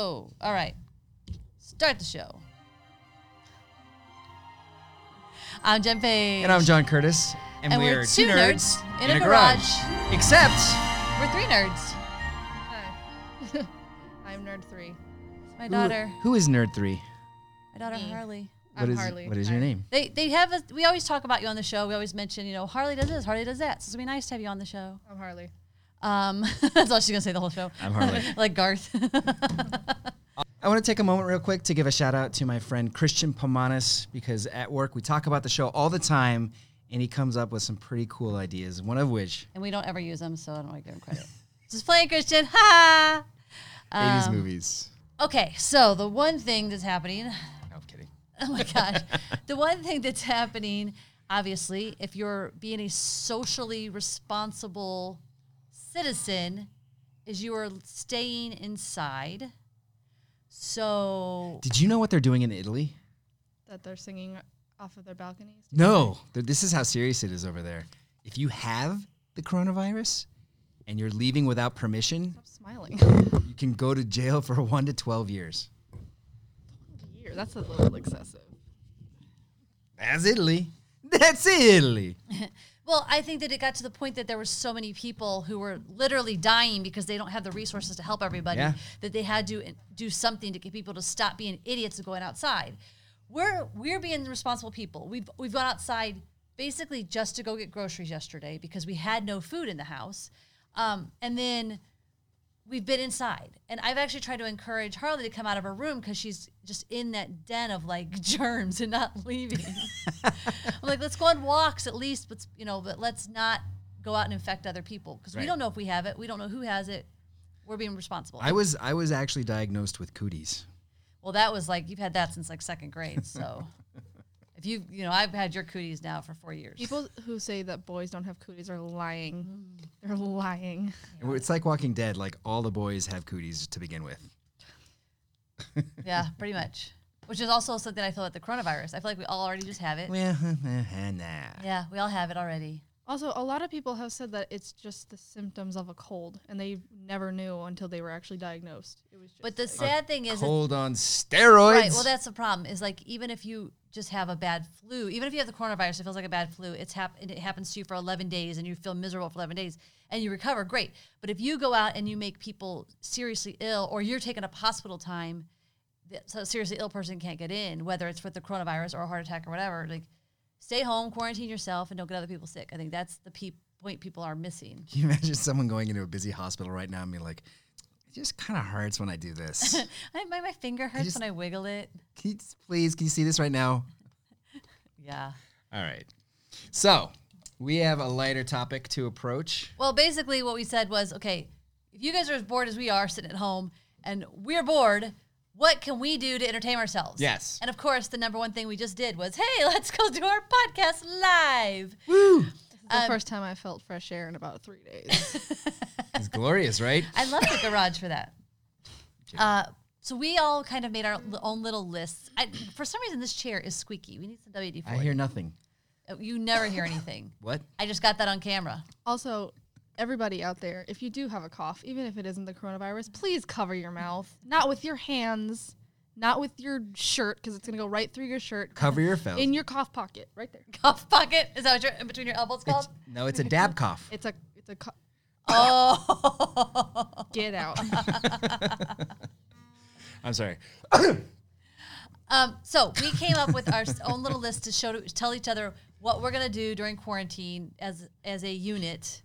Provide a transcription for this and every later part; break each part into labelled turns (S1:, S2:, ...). S1: All right. Start the show. I'm Jen Page.
S2: And I'm John Curtis.
S1: And we're two nerds in a
S2: Except
S1: We're three nerds.
S3: Hi. I'm Nerd 3.
S1: My
S2: who-
S1: daughter.
S2: who is Nerd Three?
S1: My daughter
S3: Me.
S1: Harley.
S2: What
S3: I'm
S2: is-
S3: Harley.
S2: What is your
S3: Hi.
S2: name?
S1: They they have a, we always talk about you on the show. We always mention, you know, Harley does this, Harley does that. So it'd be nice to have you on the show.
S3: I'm Harley.
S1: Um, that's all she's gonna say the whole show.
S2: I'm Harley.
S1: like Garth.
S2: I want to take a moment real quick to give a shout out to my friend Christian Pomanis because at work we talk about the show all the time and he comes up with some pretty cool ideas, one of which
S1: and we don't ever use them, so I don't want to give him credit. Just playing Christian. Ha!
S4: 80s
S1: Um,
S4: movies.
S1: Okay, so the one thing that's happening
S2: No, I'm kidding.
S1: Oh my gosh. the one thing that's happening, obviously, if you're being a socially responsible citizen, is you are staying inside. So
S2: Did you know what they're doing in Italy?
S3: That they're singing off of their balconies.
S2: No. Th- This is how serious it is over there. If you have the coronavirus and you're leaving without permission,
S3: Stop smiling.
S2: you can go to jail for 1 to 12 years.
S3: Here, That's a little excessive.
S2: That's Italy. That's Italy.
S1: well, I think that it got to the point that there were so many people who were literally dying because they don't have the resources to help everybody
S2: Yeah.
S1: that they had to do something to get people to stop being idiots and going outside. We're we're being responsible people. We've we've gone outside basically just to go get groceries yesterday because we had no food in the house, um, and then we've been inside. And I've actually tried to encourage Harley to come out of her room because she's just in that den of like germs and not leaving. I'm like, let's go on walks at least, but you know, but let's not go out and infect other people because we
S2: Right.
S1: don't know if we have it. We don't know who has it. We're being responsible.
S2: I was I was actually diagnosed with cooties.
S1: well, that was like you've had that since like second grade. So if you, you know, I've had your cooties now for four years.
S3: People who say that boys don't have cooties are lying. They're lying.
S2: It's like Walking Dead. Like all the boys have cooties to begin with.
S1: yeah, pretty much. Which is also something I feel about the coronavirus. I feel like we all already just have it.
S2: Well, nah.
S1: Yeah, we all have it already.
S3: Also, a lot of people have said that it's just the symptoms of a cold, and they never knew until they were actually diagnosed. It was just
S1: But the
S3: like-
S1: sad thing is,
S2: Cold on steroids.
S1: Right. Well, that's the problem. Is like even if you just have a bad flu, even if you have the coronavirus, it feels like a bad flu. It's hap- and It happens to you for 11 days, and you feel miserable for 11 days, and you recover. Great. But if you go out and you make people seriously ill, or you're taking up hospital time, th- so a seriously ill person can't get in, whether it's with the coronavirus or a heart attack or whatever. Like, stay home, quarantine yourself, and don't get other people sick. I think that's the pe- point people are missing.
S2: Can you imagine someone going into a busy hospital right now and being like, "It just kind of hurts when I do this. can
S1: I, my, my finger hurts
S2: just-
S1: when I wiggle it.
S2: you just- please? Can you see this right now?"
S1: Yeah.
S2: All right. So we have a lighter topic to approach.
S1: Well, basically, what we said was, okay, if you guys are as bored as we are sitting at home, and we're bored, what can we do to entertain ourselves?
S2: Yes.
S1: And of course, the number one thing we just did was, hey, let's go do our podcast live.
S3: This is the first time I felt fresh air in about three days.
S2: It's glorious, right?
S1: I love the garage for that. Uh, so we all kind of made our li- own little lists. I, for some reason, this chair is squeaky. We need some WD
S2: I
S1: forty.
S2: hear nothing.
S1: Uh, you never hear anything.
S2: What?
S1: I just got that on camera.
S3: also, everybody out there, if you do have a cough, even if it isn't the coronavirus, please cover your mouth. Not with your hands, not with your shirt, because it's going to go right through your shirt.
S2: Cover your phone.
S3: in your cough pocket, right there.
S1: Cough pocket is that what your in between your elbows called?
S2: It's- no, it's a dab cough.
S3: It's a it's a co-
S1: oh.
S3: get out.
S2: I'm sorry.
S1: Um, so we came up with our s- own little list to show to tell each other what we're gonna do during quarantine as as a unit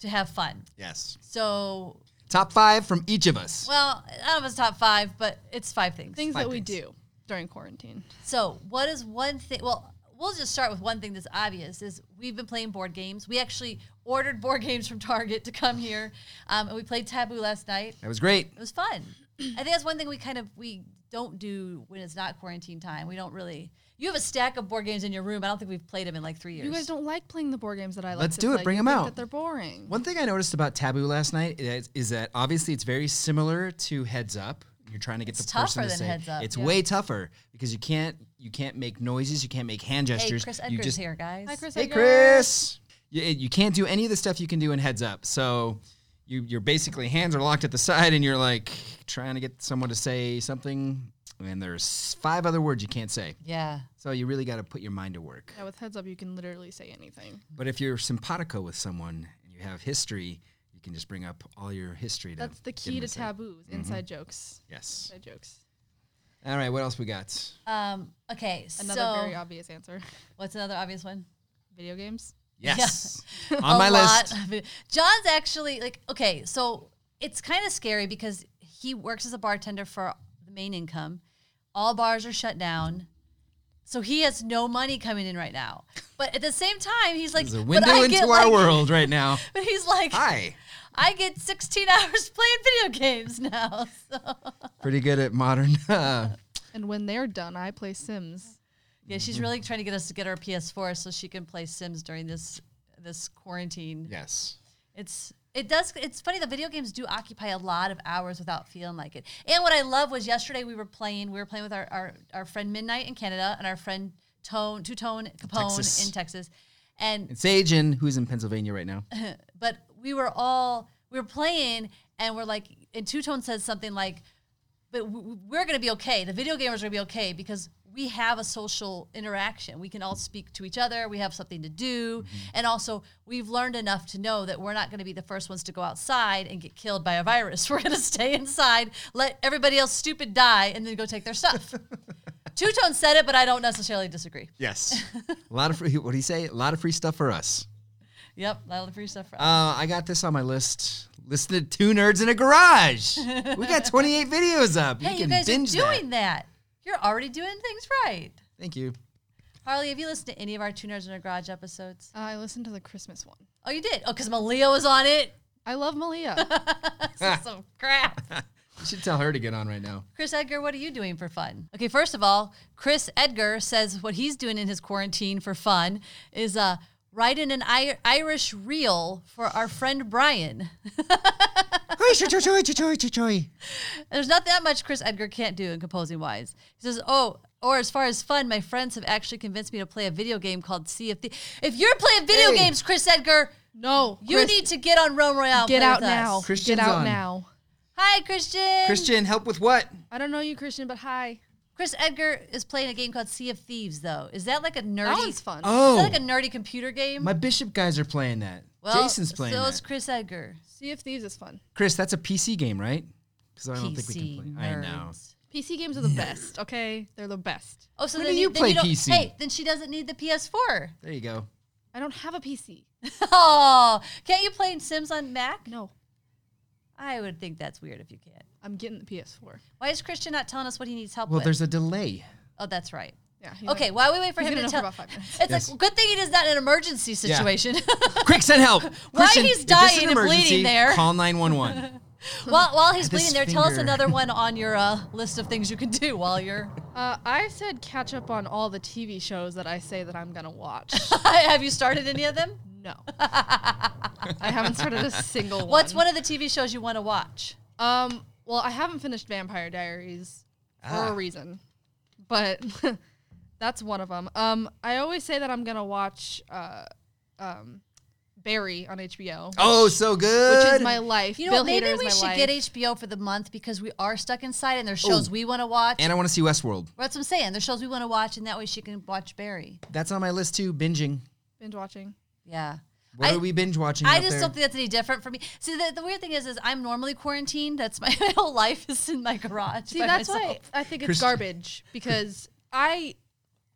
S1: to have fun.
S2: Yes.
S1: So,
S2: Top five from each of us.
S1: well, I don't know if it's top five, but it's five things.
S3: things
S2: Five
S3: that we
S2: things.
S3: do during quarantine.
S1: So, what is one thing? Well, we'll just start with one thing that's obvious: is we've been playing board games. We actually ordered board games from Target to come here, um, and we played Taboo last night.
S2: That was great.
S1: It was fun. I think that's one thing we kind of we don't do when it's not quarantine time. We don't really. You have a stack of board games in your room. I don't think we've played them in like three years.
S3: You guys don't like playing the board games that I like.
S2: Let's
S3: to
S2: do it.
S3: play.
S2: Bring
S3: You
S2: 'em
S3: think
S2: out.
S3: That they're boring.
S2: One thing I noticed about Taboo last night is, is that obviously it's very similar to Heads Up. You're trying to get
S1: It's
S2: the
S1: tougher
S2: person to
S1: than
S2: say
S1: Heads Up,
S2: it's
S3: yeah.
S2: way tougher because you can't you can't make noises, you can't make hand
S1: Hey,
S2: gestures.
S1: Chris
S2: you
S1: Edgar's
S2: just,
S1: here, guys.
S3: Hi, Chris.
S2: Hey,
S3: Edgar.
S2: Chris. You, you can't do any of the stuff you can do in Heads Up. So you you're basically hands are locked at the side and you're like trying to get someone to say something and there's five other words you can't say.
S1: Yeah.
S2: So you really got to put your mind to work.
S3: Yeah, with heads up, you can literally say anything.
S2: But if you're simpatico with someone and you have history, you can just bring up all your history. To
S3: That's the
S2: get
S3: key
S2: them
S3: to
S2: say-
S3: taboos, inside jokes.
S2: Yes.
S3: Inside jokes.
S2: All right. What else we got?
S1: Um, okay.
S3: Another
S1: so
S3: very obvious answer.
S1: what's another obvious one?
S3: Video games.
S2: Yes.
S1: a
S2: On my
S1: lot
S2: list.
S1: of it. John's actually like okay, so it's kind of scary because he works as a bartender for the main income. All bars are shut down. So he has no money coming in right now. But at the same time, he's like,
S2: There's
S1: "But
S2: a window
S1: I
S2: into
S1: get,
S2: our
S1: like-"
S2: world right now.
S1: But he's like,
S2: Hi.
S1: I get 16 hours playing video games now. So
S2: Pretty good at modern. Uh,
S3: And when they're done, I play Sims.
S1: yeah, she's really trying to get us to get our PS4 so she can play Sims during this this quarantine.
S2: yes.
S1: It's it does it's funny the video games do occupy a lot of hours without feeling like it. And what I love was yesterday we were playing we were playing with our our, our friend Midnight in Canada and our friend Tone Two Tone Capone
S2: Texas.
S1: in Texas. And
S2: It's Agin, who's in Pennsylvania right now.
S1: but we were all we were playing and we're like and Two Tone says something like but w- w- we're going to be okay. The video gamers are going to be okay because we have a social interaction. We can all speak to each other. We have something to do.
S2: Mm-hmm.
S1: And also, we've learned enough to know that we're not going to be the first ones to go outside and get killed by a virus. We're going to stay inside, let everybody else stupid die, and then go take their stuff. Two Tone said it, but I don't necessarily disagree.
S2: Yes. a lot of free, what do you say? A lot of free stuff for us.
S1: Yep, that'll free stuff for us.
S2: Uh, I got this on my list. Listen to two nerds in a garage. we got 28 videos up.
S1: hey, you
S2: can
S1: guys are
S2: binge that.
S1: doing that. You're already doing things right.
S2: Thank you.
S1: Harley, have you listened to any of our Two Nerds in a Garage episodes?
S3: I listened to the Christmas one.
S1: Oh, you did? Oh, because Malia was on it.
S3: I love Malia.
S1: This is some crap.
S2: You should tell her to get on right now.
S1: Chris Edgar, what are you doing for fun? Okay, first of all, Chris Edgar says what he's doing in his quarantine for fun is uh, writing an I- Irish reel for our friend Brian. There's not that much Chris Edgar can't do in composing wise. He says, oh, or as far as fun, my friends have actually convinced me to play a video game called Sea of Thieves. If you're playing video
S2: Hey.
S1: games, Chris Edgar,
S3: no,
S1: you
S3: Chris,
S1: need to get on Rome Royale. and
S3: get
S1: play
S3: out
S1: with us.
S3: now.
S2: Christian's
S3: get out
S2: on.
S3: now.
S1: Hi, Christian.
S2: Christian, help with what?
S3: I don't know you, Christian, but hi.
S1: Chris Edgar is playing a game called Sea of Thieves, though. Is that like a nerdy?
S3: That one's fun.
S1: Is
S2: Oh,
S1: that like a nerdy computer game?
S2: my Bishop guys are playing that. Jason's playing
S1: So
S2: that.
S1: is Chris Edgar.
S3: Sea of Thieves is fun.
S2: Chris, that's a PC game, right? Because I don't
S1: PC
S2: think we can play. I know.
S1: nerds.
S3: PC games are the best. Okay, they're the best.
S1: Oh, so
S2: When
S1: then
S2: do
S1: you,
S2: you
S1: then you
S2: play
S1: don't,
S2: PC?
S1: Hey, then she doesn't need the PS4.
S2: There you go.
S3: I don't have a PC.
S1: oh, can't you play Sims on Mac?
S3: No,
S1: I would think that's weird if you can.
S3: I'm getting the PS4.
S1: Why is Christian not telling us what he needs help
S2: Well,
S1: with?
S2: there's a delay.
S1: oh, that's right.
S3: Yeah. he
S1: Okay,
S3: might-
S1: while we wait for
S3: he's
S1: him
S3: gonna
S1: to
S3: know for
S1: tell,
S3: about five minutes.
S1: it's
S2: Yes.
S1: like good thing it is not an emergency
S2: Yeah.
S1: situation.
S2: Quick, send help.
S1: Why
S2: Christian,
S1: he's
S2: if this is
S1: dying
S2: an
S1: and bleeding
S2: emergency,
S1: there?
S2: Call 911.
S1: while, while he's
S2: This
S1: bleeding there, tell us
S2: finger.
S1: another one on your uh, list of things you can do while you're.
S3: Uh, I said catch up on all the TV shows that I say that I'm gonna watch.
S1: Have you started any of them?
S3: no, I haven't started a single one.
S1: What's one of the TV shows you want to watch?
S3: Um, well, I haven't finished Vampire Diaries for
S2: Ah.
S3: a reason, but that's one of them. Um, I always say that I'm gonna watch uh, um, Barry on HBO,
S2: oh, so good.
S3: which is my life.
S1: You know,
S3: Bill
S1: what, maybe
S3: Hader is
S1: we
S3: my
S1: should
S3: life.
S1: get HBO for the month because we are stuck inside and there's shows
S2: Ooh.
S1: we want to watch.
S2: and I want to see Westworld.
S1: That's what I'm saying. There's shows we want to watch, and that way she can watch Barry.
S2: That's on my list too. Binging.
S3: binge watching.
S1: Yeah.
S2: What
S1: I-
S2: are we binge watching?
S1: I
S2: out
S1: just
S2: there?
S1: don't think that's any different for me. See, the, the weird thing is, is I'm normally quarantined. That's my, my whole life is in my garage.
S3: See, that's why I think it's
S2: Christi-
S3: garbage because I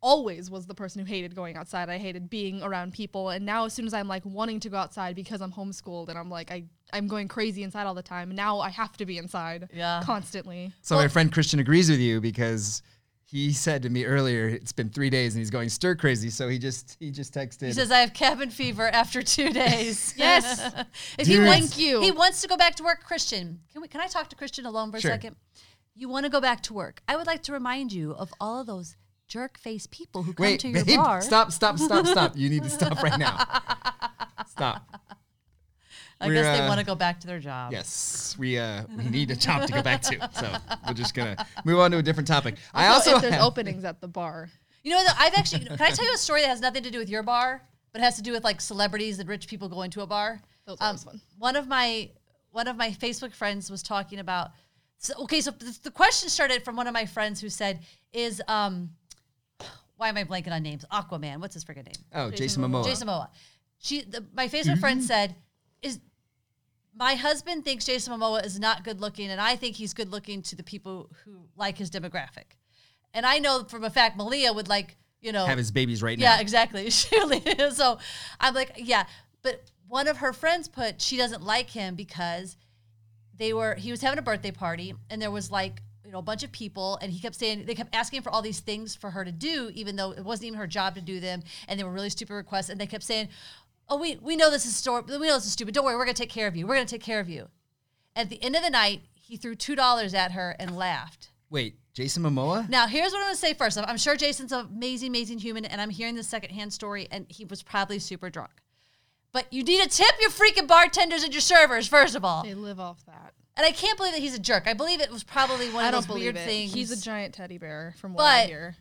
S3: always was the person who hated going outside. I hated being around people, and now as soon as I'm like wanting to go outside because I'm homeschooled and I'm like I I'm going crazy inside all the time. Now I have to be inside,
S1: Yeah.
S3: constantly.
S2: So my friend Christian agrees with you because he said to me earlier, it's been three days and he's going stir crazy. So he just he just texted.
S1: He says I have cabin fever after two days.
S3: Yes.
S1: if he
S2: Dude.
S1: wants,
S3: Thank you.
S1: He wants to go back to work. Christian, can we? Can I talk to Christian alone for
S2: Sure.
S1: a second? You want to go back to work? I would like to remind you of all of those jerk face people who
S2: Wait,
S1: come to your
S2: babe,
S1: bar.
S2: stop, stop, stop, stop. You need to stop right now. Stop.
S1: I guess
S2: We're,
S1: they
S2: uh,
S1: want to go back to their job.
S2: Yes, we uh we need a job to go back to. So we're just gonna move on to a different topic. I
S3: Also,
S2: also
S3: if there's
S2: have-
S3: openings at the bar.
S1: You know, though, I've actually. can I tell you a story that has nothing to do with your bar, but has to do with like celebrities and rich people going to a bar?
S3: Those are always fun.
S1: One of my one of my Facebook friends was talking about. So, okay, so th- the question started from one of my friends who said, "Is um, why am I blanking on names? Aquaman. What's his freaking name?
S2: Oh, Jason,
S3: Jason
S2: Momoa.
S3: Momoa.
S1: Jason Momoa. She, the, my Facebook friend said, "Is my husband thinks Jason Momoa is not good looking, and I think he's good looking to the people who like his demographic." And I know from a fact, Malia would like you know
S2: Have his babies right
S1: yeah,
S2: now.
S1: exactly. Surely. so I'm like, yeah. But one of her friends put she doesn't like him because they were he was having a birthday party and there was like you know a bunch of people and he kept saying they kept asking for all these things for her to do even though it wasn't even her job to do them and they were really stupid requests and they kept saying oh we we know this is stor- we know this is stupid don't worry we're going to take care of you we're going to take care of you at the end of the night he threw $2 at her and laughed
S2: Wait, Jason Momoa?
S1: now, here's what I'm going to say first. I'm- I'm sure Jason's an amazing, amazing human, and I'm hearing the secondhand story, and he was probably super drunk. But you need to tip your freaking bartenders and your servers, first of all.
S3: They live off that.
S1: And I can't believe that he's a jerk. I believe it was probably one
S3: I
S1: of
S3: don't
S1: those
S3: believe
S1: weird
S3: it.
S1: things.
S3: He's a giant teddy bear, from what I
S1: But-
S3: hear.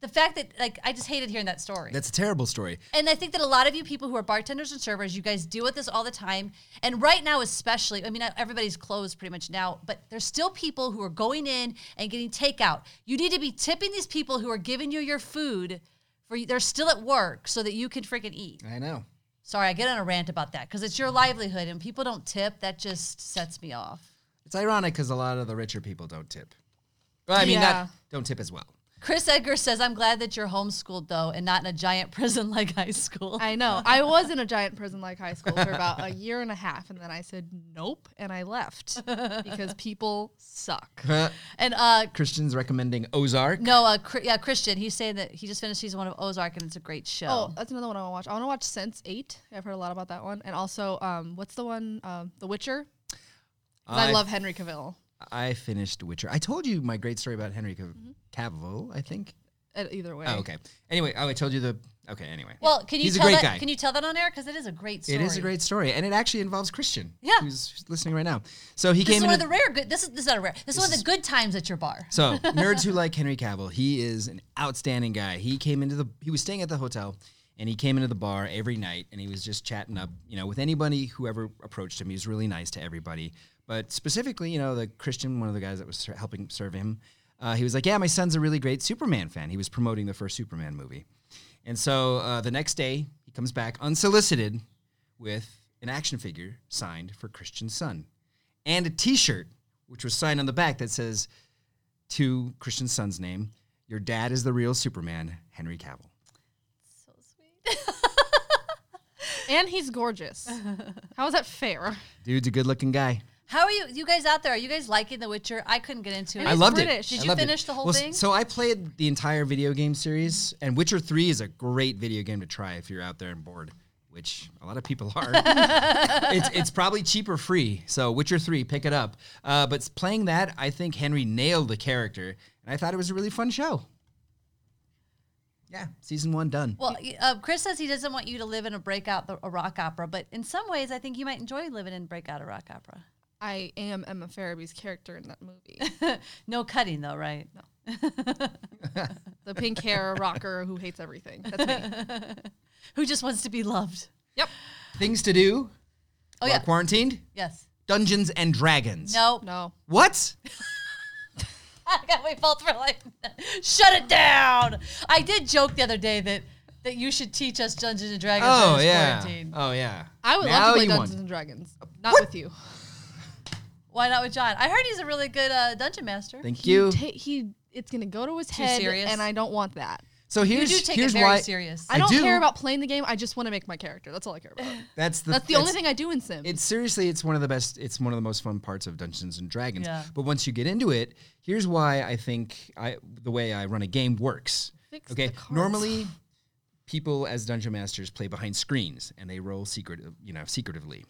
S1: the fact that, like, I just hated hearing that story.
S2: That's a terrible story.
S1: and I think that a lot of you people who are bartenders and servers, you guys deal with this all the time. And right now, especially, I mean, everybody's closed pretty much now, but there's still people who are going in and getting takeout. You need to be tipping these people who are giving you your food for they're still at work so that you can freaking eat.
S2: I know.
S1: Sorry, I get on a rant about that because it's your livelihood and people don't tip. That just sets me off.
S2: It's ironic because a lot of the richer people don't tip. Well, I mean,
S3: Yeah.
S2: not don't tip as well.
S1: Chris Edgar says, I'm glad that you're homeschooled though and not in a giant prison like high school.
S3: I know. I was in a giant prison like high school for about a year and a half, and then I said nope, and I left because people suck.
S1: and uh,
S2: Christian's recommending Ozark.
S1: No, uh, Chri- yeah, Christian. He's saying that he just finished season one of Ozark, and it's a great show.
S3: Oh, that's another one I want to watch. I want to watch Sense Eight. I've heard a lot about that one, and also, um, what's the one? Um, the Witcher. 'Cause I, love Henry Cavill.
S2: I finished Witcher. I told you my great story about Henry Cav- Cavill. I think.
S3: Uh, Either way.
S2: Oh, okay. Anyway, oh, I told you the. Okay, anyway.
S1: well, can you
S2: He's a
S1: tell
S2: great
S1: that?
S2: guy.
S1: Can you tell that on air? Because it is a great story.
S2: It is a great story, and it actually involves Christian.
S1: Yeah.
S2: who's listening right now. So he
S1: This
S2: came
S1: is
S2: in.
S1: one of the rare good. This is this is not a rare. This, is one of the good times at your bar.
S2: So nerds who like Henry Cavill, he is an outstanding guy. He came into the he was staying at the hotel and he came into the bar every night and he was just chatting up, you know, with anybody whoever approached him. He was really nice to everybody. But specifically, you know, the Christian, one of the guys that was ser- helping serve him, uh, he was like, "Yeah, my son's a really great Superman fan." He was promoting the first Superman movie, and so uh, the next day he comes back unsolicited with an action figure signed for Christian's son, and a T-shirt which was signed on the back that says to Christian's son's name. Your dad is the real Superman, Henry Cavill.
S3: And he's gorgeous. How is that fair?
S2: Dude's a good-looking guy.
S1: How are you? You guys out there? Are you guys liking The Witcher? I couldn't get into it.
S2: I loved
S3: British.
S2: it.
S1: Did
S2: I
S1: you
S2: loved it.
S1: finish the whole
S2: Well, s-
S1: thing?
S2: So I played the entire video game series, and Witcher Three is a great video game to try if you're out there and bored, which a lot of people are. it's it's probably cheap or free. So Witcher Three, pick it up. Uh, but s- playing that, I think Henry nailed the character, and I thought it was a really fun show. Yeah, season one done.
S1: well, y- uh, Chris says he doesn't want you to live in a breakout the, a rock opera, but in some ways, I think you might enjoy living in breakout a rock opera.
S3: I am Emma Farabee's character in that movie.
S1: No cutting though, right?
S3: the pink hair rocker who hates everything. That's me.
S1: Who just wants to be loved?
S3: Yep.
S2: Things to do.
S1: Oh
S2: while
S1: yeah,
S2: Quarantined.
S1: yes.
S2: Dungeons and Dragons.
S1: No,
S3: No.
S2: What?
S1: I got we both were like, shut it down. I did joke the other day that that you should teach us Dungeons and Dragons.
S2: Oh
S1: during this
S2: yeah.
S1: quarantine.
S2: Oh yeah.
S3: I would
S2: Now
S3: love to play
S2: you
S3: Dungeons
S2: won.
S3: and Dragons. Not with you.
S1: Why not with John? I heard he's a really good uh, dungeon master.
S2: Thank you.
S3: ta- he it's gonna go to his head,
S1: serious?
S3: and I don't want that.
S2: so
S1: you
S2: here's
S1: do take
S2: here's
S1: it very
S2: why
S1: serious.
S3: I
S2: I
S3: don't
S2: do.
S3: care about playing the game. I just want to make my character. That's all I care about.
S2: that's the
S3: That's the only
S2: it's-
S3: thing I do in Sims.
S2: It's seriously, it's one of the best. It's one of the most fun parts of Dungeons and Dragons.
S1: Yeah.
S2: But once you get into it, here's why I think I the way I run a game works.
S3: Fix
S2: okay,
S3: the cards.
S2: normally people as dungeon masters play behind screens and they roll secret, you know, secretively.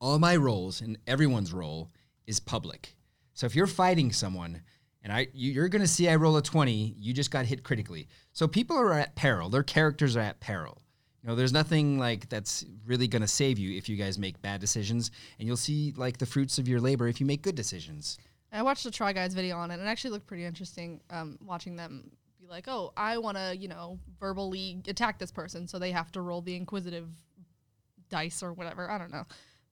S2: All my rolls and everyone's roll is public. So if you're fighting someone and I you, you're going to see I roll a 20, you just got hit critically. So people are at peril. Their characters are at peril. You know, there's nothing like that's really going to save you if you guys make bad decisions and you'll see like the fruits of your labor if you make good decisions.
S3: I watched the Try Guys video on it, and it actually looked pretty interesting. Um, watching them be like, "Oh, I want to, you know, verbally attack this person," so they have to roll the inquisitive dice or whatever. I don't know,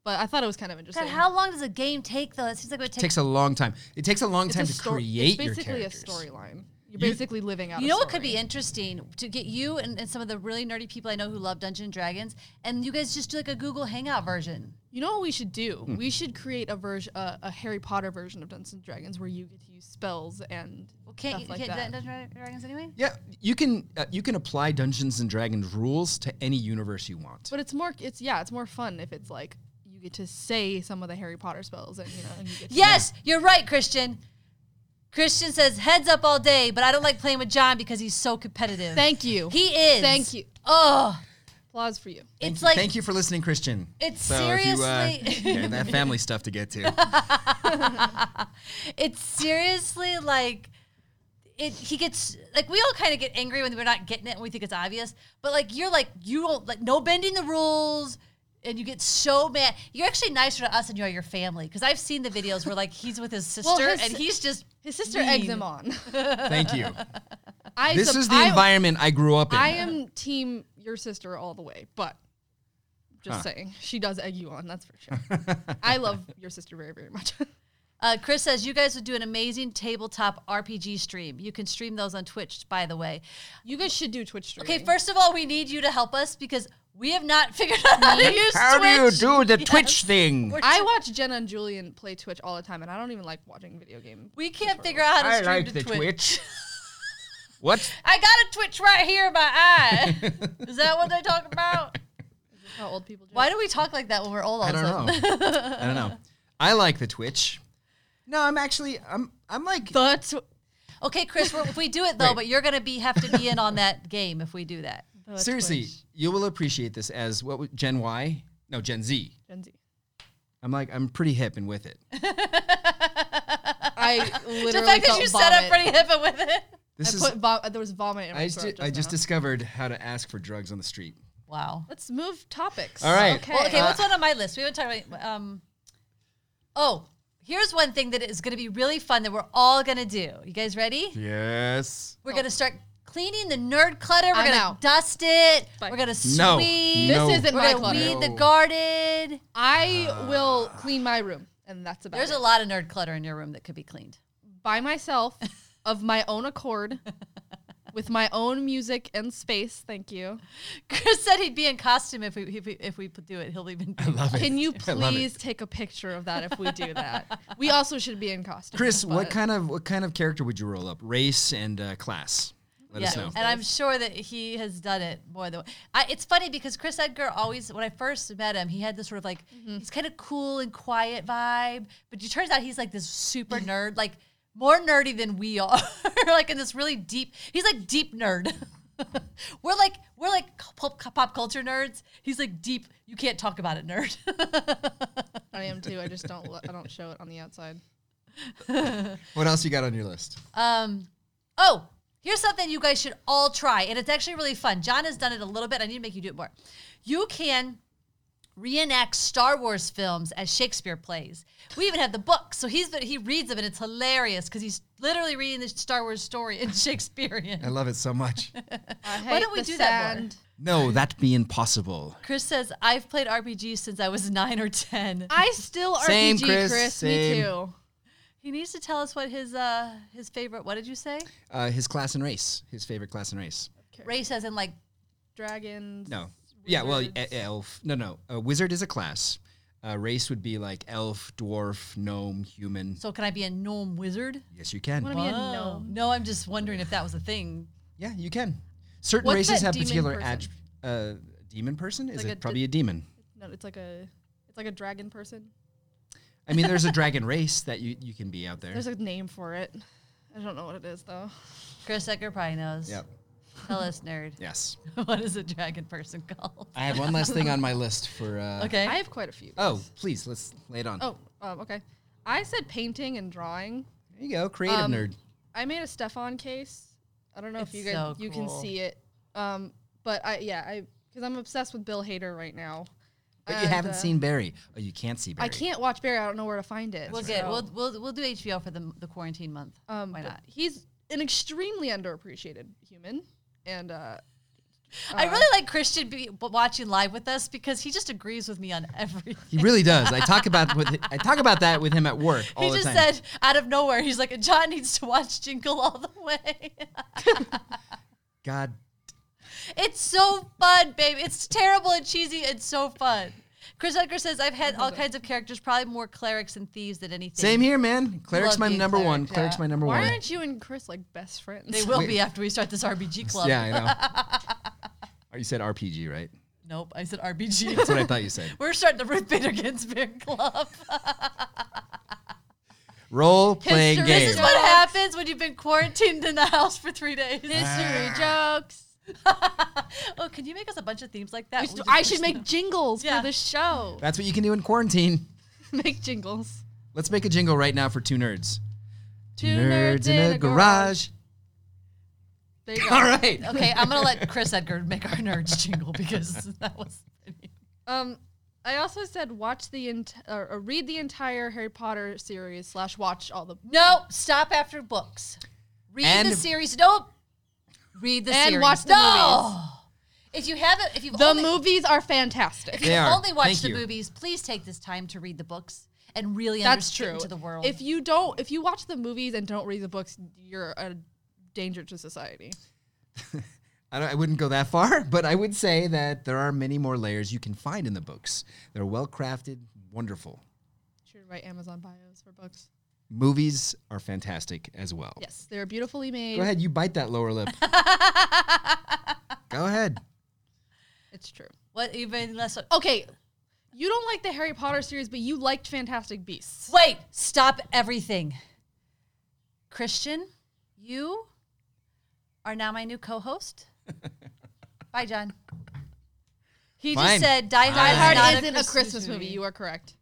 S3: But I thought it was kind of interesting.
S1: God, how long does a game take though? It seems like it would
S2: It
S1: take.
S2: takes a long time. It takes a long
S3: It's
S2: time
S3: a
S2: to
S3: sto-
S2: create
S3: it's basically
S2: your
S3: a
S2: characters.
S3: storyline. You're basically living out.
S1: you
S3: a
S1: know what could
S3: story.
S1: be interesting to get you and, and some of the really nerdy people I know who love Dungeons and Dragons, and you guys just do like a Google Hangout version.
S3: You know what we should do?
S2: Hmm.
S3: We should create a version, uh, a Harry Potter version of Dungeons and Dragons, where you get to use spells and
S1: Well, can't you
S3: stuff like
S1: can't
S3: that.
S1: Dungeons and Dragons anyway?
S2: Yeah, you can uh, you can apply Dungeons and Dragons rules to any universe you want.
S3: But it's more, it's yeah, it's more fun if it's like you get to say some of the Harry Potter spells, and you know, and you get to-
S1: Yes, you're right, Christian. Christian says heads up all day, but I don't like playing with John because he's so competitive.
S3: Thank you.
S1: he is.
S3: Thank you.
S1: Oh,
S3: Applause for you.
S2: Thank
S1: it's
S2: you-
S1: like
S2: thank you for listening, Christian.
S1: It's
S2: If you,
S1: seriously-
S2: uh, yeah, that family stuff to get to.
S1: it's seriously like it he gets like we all kind of get angry when we're not getting it and we think it's obvious but like you're like you don't like no bending the rules and you get so mad you're actually nicer to us than you are your family because i've seen the videos where like he's with his sister
S3: his-
S1: and he's just
S3: His sister
S1: mean.
S3: eggs him on.
S2: Thank you.
S3: I
S2: This
S3: sup-
S2: is the
S3: I-
S2: environment I grew up in.
S3: I am team your sister all the way, but just
S2: Huh.
S3: saying, she does egg you on. That's for sure. I love your sister very, very much.
S1: uh, chris says you guys would do an amazing tabletop rpg stream you can stream those on twitch by the way
S3: you guys should do Twitch streaming.
S1: okay first of all we need you to help us because we have not figured out how to use
S2: How
S1: Twitch.
S2: do you do the Twitch thing?
S1: We're-
S3: I watch Jenna and Julian play Twitch all the time, and I don't even like watching video game.
S1: we can't figure out how to
S2: I
S1: stream
S2: like
S1: to
S2: the Twitch. what?
S1: I got a twitch right here in my eye. Is that what they talk about?
S3: How old people do.
S1: Why do we talk like that when we're old? All
S2: I
S1: of a
S2: don't
S1: sudden?
S2: know. I don't know. I like the Twitch. No, I'm actually I'm I'm like
S3: the tw-
S1: Okay, Chris, we're, if we do it though,
S2: Wait.
S1: but you're gonna be have to be in on that game if we do that.
S3: the
S2: seriously.
S3: Oh, Twitch.
S2: You will appreciate this as what was- Gen Y? No, Gen Z.
S3: Gen Z.
S2: I'm like I'm pretty hip and with it.
S3: I literally
S1: the fact that
S3: felt
S1: you
S3: vomit.
S1: set up pretty hip with it.
S2: This
S3: I
S2: is
S3: put vo- there was vomit in my
S2: I
S3: throat
S2: just, I
S3: just
S2: just
S3: now.
S2: discovered how to ask for drugs on the street.
S1: Wow.
S3: Let's move topics.
S2: All right.
S3: Okay.
S1: Well, okay,
S2: Uh,
S1: what's one on my list? We haven't talked about. Um, oh, here's one thing that is gonna be really fun that we're all gonna do. You guys ready?
S4: Yes.
S1: We're gonna start cleaning the nerd clutter. We're
S3: I'm
S1: gonna
S3: out.
S1: dust it.
S3: Bye.
S1: We're gonna
S2: No.
S1: sweep.
S2: No.
S3: this isn't
S1: We're
S3: my
S1: gonna
S3: clutter.
S1: weed the
S2: No.
S1: garden.
S3: I will clean my room, and that's about
S1: There's
S3: it.
S1: a lot of nerd clutter in your room that could be cleaned.
S3: by myself of my own accord with my own music and space. Thank you.
S1: Chris said he'd be in costume if we if we, if we do it. He'll even.
S2: I love it.
S3: Can you
S2: I love it.
S3: please take a picture of that if we do that? we also should be in costume.
S2: Chris? What
S3: but-
S2: kind of what kind of character would you roll up? Race and uh, class. Let us
S1: Yeah,
S2: know.
S1: and I'm sure that he has done it more than. I, it's funny because Chris Edgar always, when I first met him, he had this sort of like he's kind of cool and quiet vibe, but it turns out he's like this super nerd, like more nerdy than we are, like in this really deep. He's like deep nerd. we're like we're like pop, pop culture nerds. He's like deep. You can't talk about it, nerd.
S3: I am too. I just don't. lo- I don't show it on the outside.
S2: What else you got on your list?
S1: Um, oh, here's something you guys should all try, and it's actually really fun. John has done it a little bit. I need to make you do it more. You can reenact Star Wars films as Shakespeare plays. We even have the book, so he's he reads them, and it's hilarious because he's literally reading the Star Wars story in Shakespearean.
S3: Uh,
S2: I love it so much.
S3: I
S1: Why don't
S3: hate
S1: we
S3: the
S1: do that more?
S3: sand.
S2: no, that be impossible.
S1: Chris says, "I've played RPGs since I was nine or 10.
S3: I still
S2: Same,
S3: RPG,
S2: Chris,
S3: Chris. Me
S2: same.
S3: too.
S1: He needs to tell us what his uh his favorite. What did you say?
S2: Uh, his class and race. His favorite class and race.
S1: Race as in like
S3: Dragons.
S2: No. Yeah. Well, e-
S3: wizards.
S2: elf. No, no. A wizard is a class. Uh, race would be like elf, dwarf, gnome, human.
S1: so. Can I be a gnome wizard?
S2: yes, you can.
S3: Wanna be a
S1: Oh.
S3: gnome?
S1: No, I'm just wondering if that was a thing.
S2: Yeah, you can. Certain
S3: What's
S2: races
S3: that
S2: have
S3: demon
S2: particular
S3: person?
S2: adj- uh, demon person. Is
S3: Like a
S2: it
S3: d-
S2: probably a demon?
S3: No, it's like a. It's like a dragon person.
S2: I mean, there's a dragon race that you, you can be out there.
S3: There's a name for it. I don't know what it is though.
S1: Chris Ecker probably knows.
S2: Yep.
S1: Tell us, nerd.
S2: Yes.
S1: what is a dragon person called?
S2: I have one last thing on my list for. Uh,
S1: Okay.
S3: I have quite a few.
S2: Oh, please let's lay it on.
S3: Oh, um, okay. I said painting and drawing.
S2: There you go, creative
S3: Um,
S2: nerd.
S3: I made a Stefan case. I don't know if
S1: It's
S3: you guys
S1: so
S3: you can
S1: cool.
S3: see it, um, but I yeah I because I'm obsessed with Bill Hader right now.
S2: But you
S3: And,
S2: haven't
S3: uh,
S2: seen Barry. Oh, you can't see Barry.
S3: I can't watch Barry. I don't know where to find it.
S1: we'll
S3: so-
S1: get we'll, we'll we'll do HBO for the the quarantine month.
S3: um,
S1: Why
S3: but
S1: not?
S3: He's an extremely underappreciated human, and uh,
S1: I really like Christian be, b- watching live with us because he just agrees with me on everything.
S2: He really does. I talk about with I talk about that with him at work all
S1: He
S2: the
S1: just
S2: time.
S1: said out of nowhere, he's like, John needs to watch Jingle All the Way.
S2: God,
S1: It's so fun, babe. It's terrible and cheesy. It's so fun. Chris Edgar says, I've had all kinds of characters, probably more clerics and thieves than anything.
S2: same here, man. Cleric's
S1: Love
S2: my
S1: being
S2: number
S1: cleric,
S2: one.
S1: yeah.
S2: Cleric's my number
S3: Why
S2: one.
S3: aren't you and Chris like best friends?
S1: They will be after we start this RBG club.
S2: Yeah, I know. Oh, you said RPG, right?
S1: Nope, I said RBG.
S2: That's what I thought you said.
S1: We're starting the Ruth Bader Ginsburg Club.
S2: Role playing
S3: History.
S2: game.
S1: this is what happens when you've been quarantined in the house for three days.
S3: History jokes.
S1: oh, can you make us a bunch of themes like that? We
S3: We should-
S1: just-
S3: I should make jingles
S1: Yeah.
S3: for the show.
S2: That's what you can do in quarantine.
S3: make jingles.
S2: Let's make a jingle right now for two nerds.
S3: Two There you go.
S2: All right.
S1: Okay, I'm gonna let Chris Edgar make our nerds jingle because that was.
S3: Um, I also said watch the ent- or, or read the entire Harry Potter series slash watch all the
S1: No, stop after books. Read the
S2: And-
S1: series. Nope. Read the
S3: And
S1: series.
S3: watch the
S1: no! If you haven't, if you've
S3: the
S1: only,
S3: movies are fantastic.
S1: if you've
S2: They are.
S1: only watched
S2: Thank
S1: the
S2: you.
S1: movies, please take this time to read the books and really
S3: That's
S1: understand
S3: true.
S1: to the world.
S3: If you don't, if you watch the movies and don't read the books, you're a danger to society.
S2: I, don't, I wouldn't go that far, but I would say that there are many more layers you can find in the books. They're well crafted, wonderful.
S3: Should write Amazon bios for books.
S2: Movies are fantastic as well.
S3: Yes, they're beautifully made.
S2: Go ahead, you bite that lower lip. go ahead.
S3: It's true.
S1: what even less?
S3: Okay, you don't like the Harry Potter series, but you liked Fantastic Beasts.
S1: Wait, stop everything. Christian, you are now my new co-host. Bye, John. He
S2: Fine.
S1: just said Die Hard,
S2: Die
S3: Die Hard
S1: is not
S3: isn't a Christmas movie. You are correct.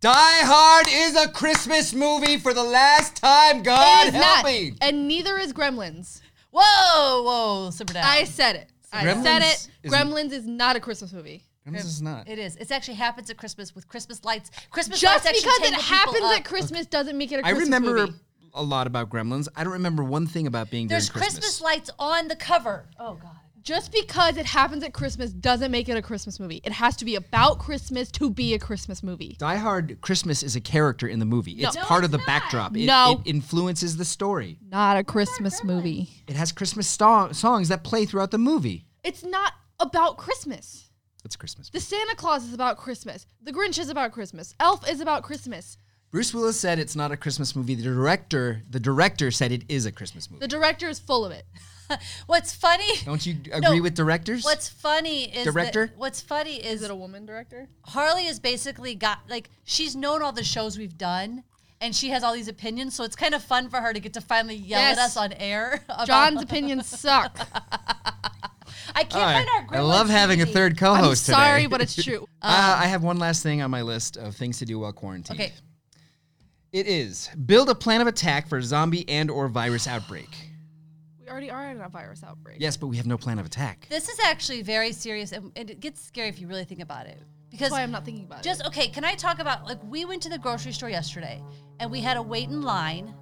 S2: Die Hard is a Christmas movie for the last time. God
S3: It is
S2: help
S3: not,
S2: me.
S3: and neither is Gremlins.
S1: Whoa, whoa, simmer down.
S3: I said it. I
S2: Gremlins
S3: said it.
S2: is-
S3: Gremlins is not a Christmas movie.
S2: This is not.
S1: it is. It actually happens at Christmas with Christmas lights. Christmas
S3: Just
S1: lights actually
S3: because it
S1: tangle people
S3: happens
S1: up.
S3: at Christmas doesn't make it a
S2: I
S3: Christmas
S2: remember
S3: movie.
S2: a lot about Gremlins. I don't remember one thing about being
S1: There's
S2: during
S1: Christmas. lights on the cover. Oh God.
S3: Just because it happens at Christmas doesn't make it a Christmas movie. It has to be about Christmas to be a Christmas movie.
S2: Die Hard Christmas is a character in the movie. It's
S1: No,
S2: part
S1: it's
S2: of the
S1: not.
S2: backdrop. It,
S3: No.
S2: it influences the story.
S3: Not a Christmas movie.
S2: It has Christmas sto- songs that play throughout the movie.
S3: It's not about Christmas.
S2: It's Christmas.
S3: The Santa Claus is about Christmas. The Grinch is about Christmas. Elf is about Christmas.
S2: Bruce Willis said it's not a Christmas movie. The director, the director said it is a Christmas movie.
S3: The director is full of it.
S1: What's funny?
S2: Don't you agree with directors?
S1: What's funny is that-
S2: Director?
S1: what's funny is
S3: Is it a woman director?
S1: Harley has basically got like she's known all the shows we've done. And she has all these opinions, so it's kind of fun for her to get to finally yell
S3: Yes.
S1: at us on air. about-
S3: John's opinions suck.
S1: I can't
S2: All right.
S1: find our.
S2: I
S1: Gremlins
S2: love having a
S1: movie.
S2: third
S3: I'm
S2: co-host
S3: sorry,
S2: today.
S3: but it's true.
S2: uh, I have one last thing on my list of things to do while quarantined.
S1: um, Okay,
S2: It is build a plan of attack for zombie and or virus outbreak.
S3: We already are in a virus outbreak.
S2: Yes, but we have no plan of attack.
S1: this is actually very serious, and, and it gets scary if you really think about it. Because
S3: That's why I'm not thinking about it.
S1: just okay can i talk about like we went to the grocery store yesterday and we had a wait in line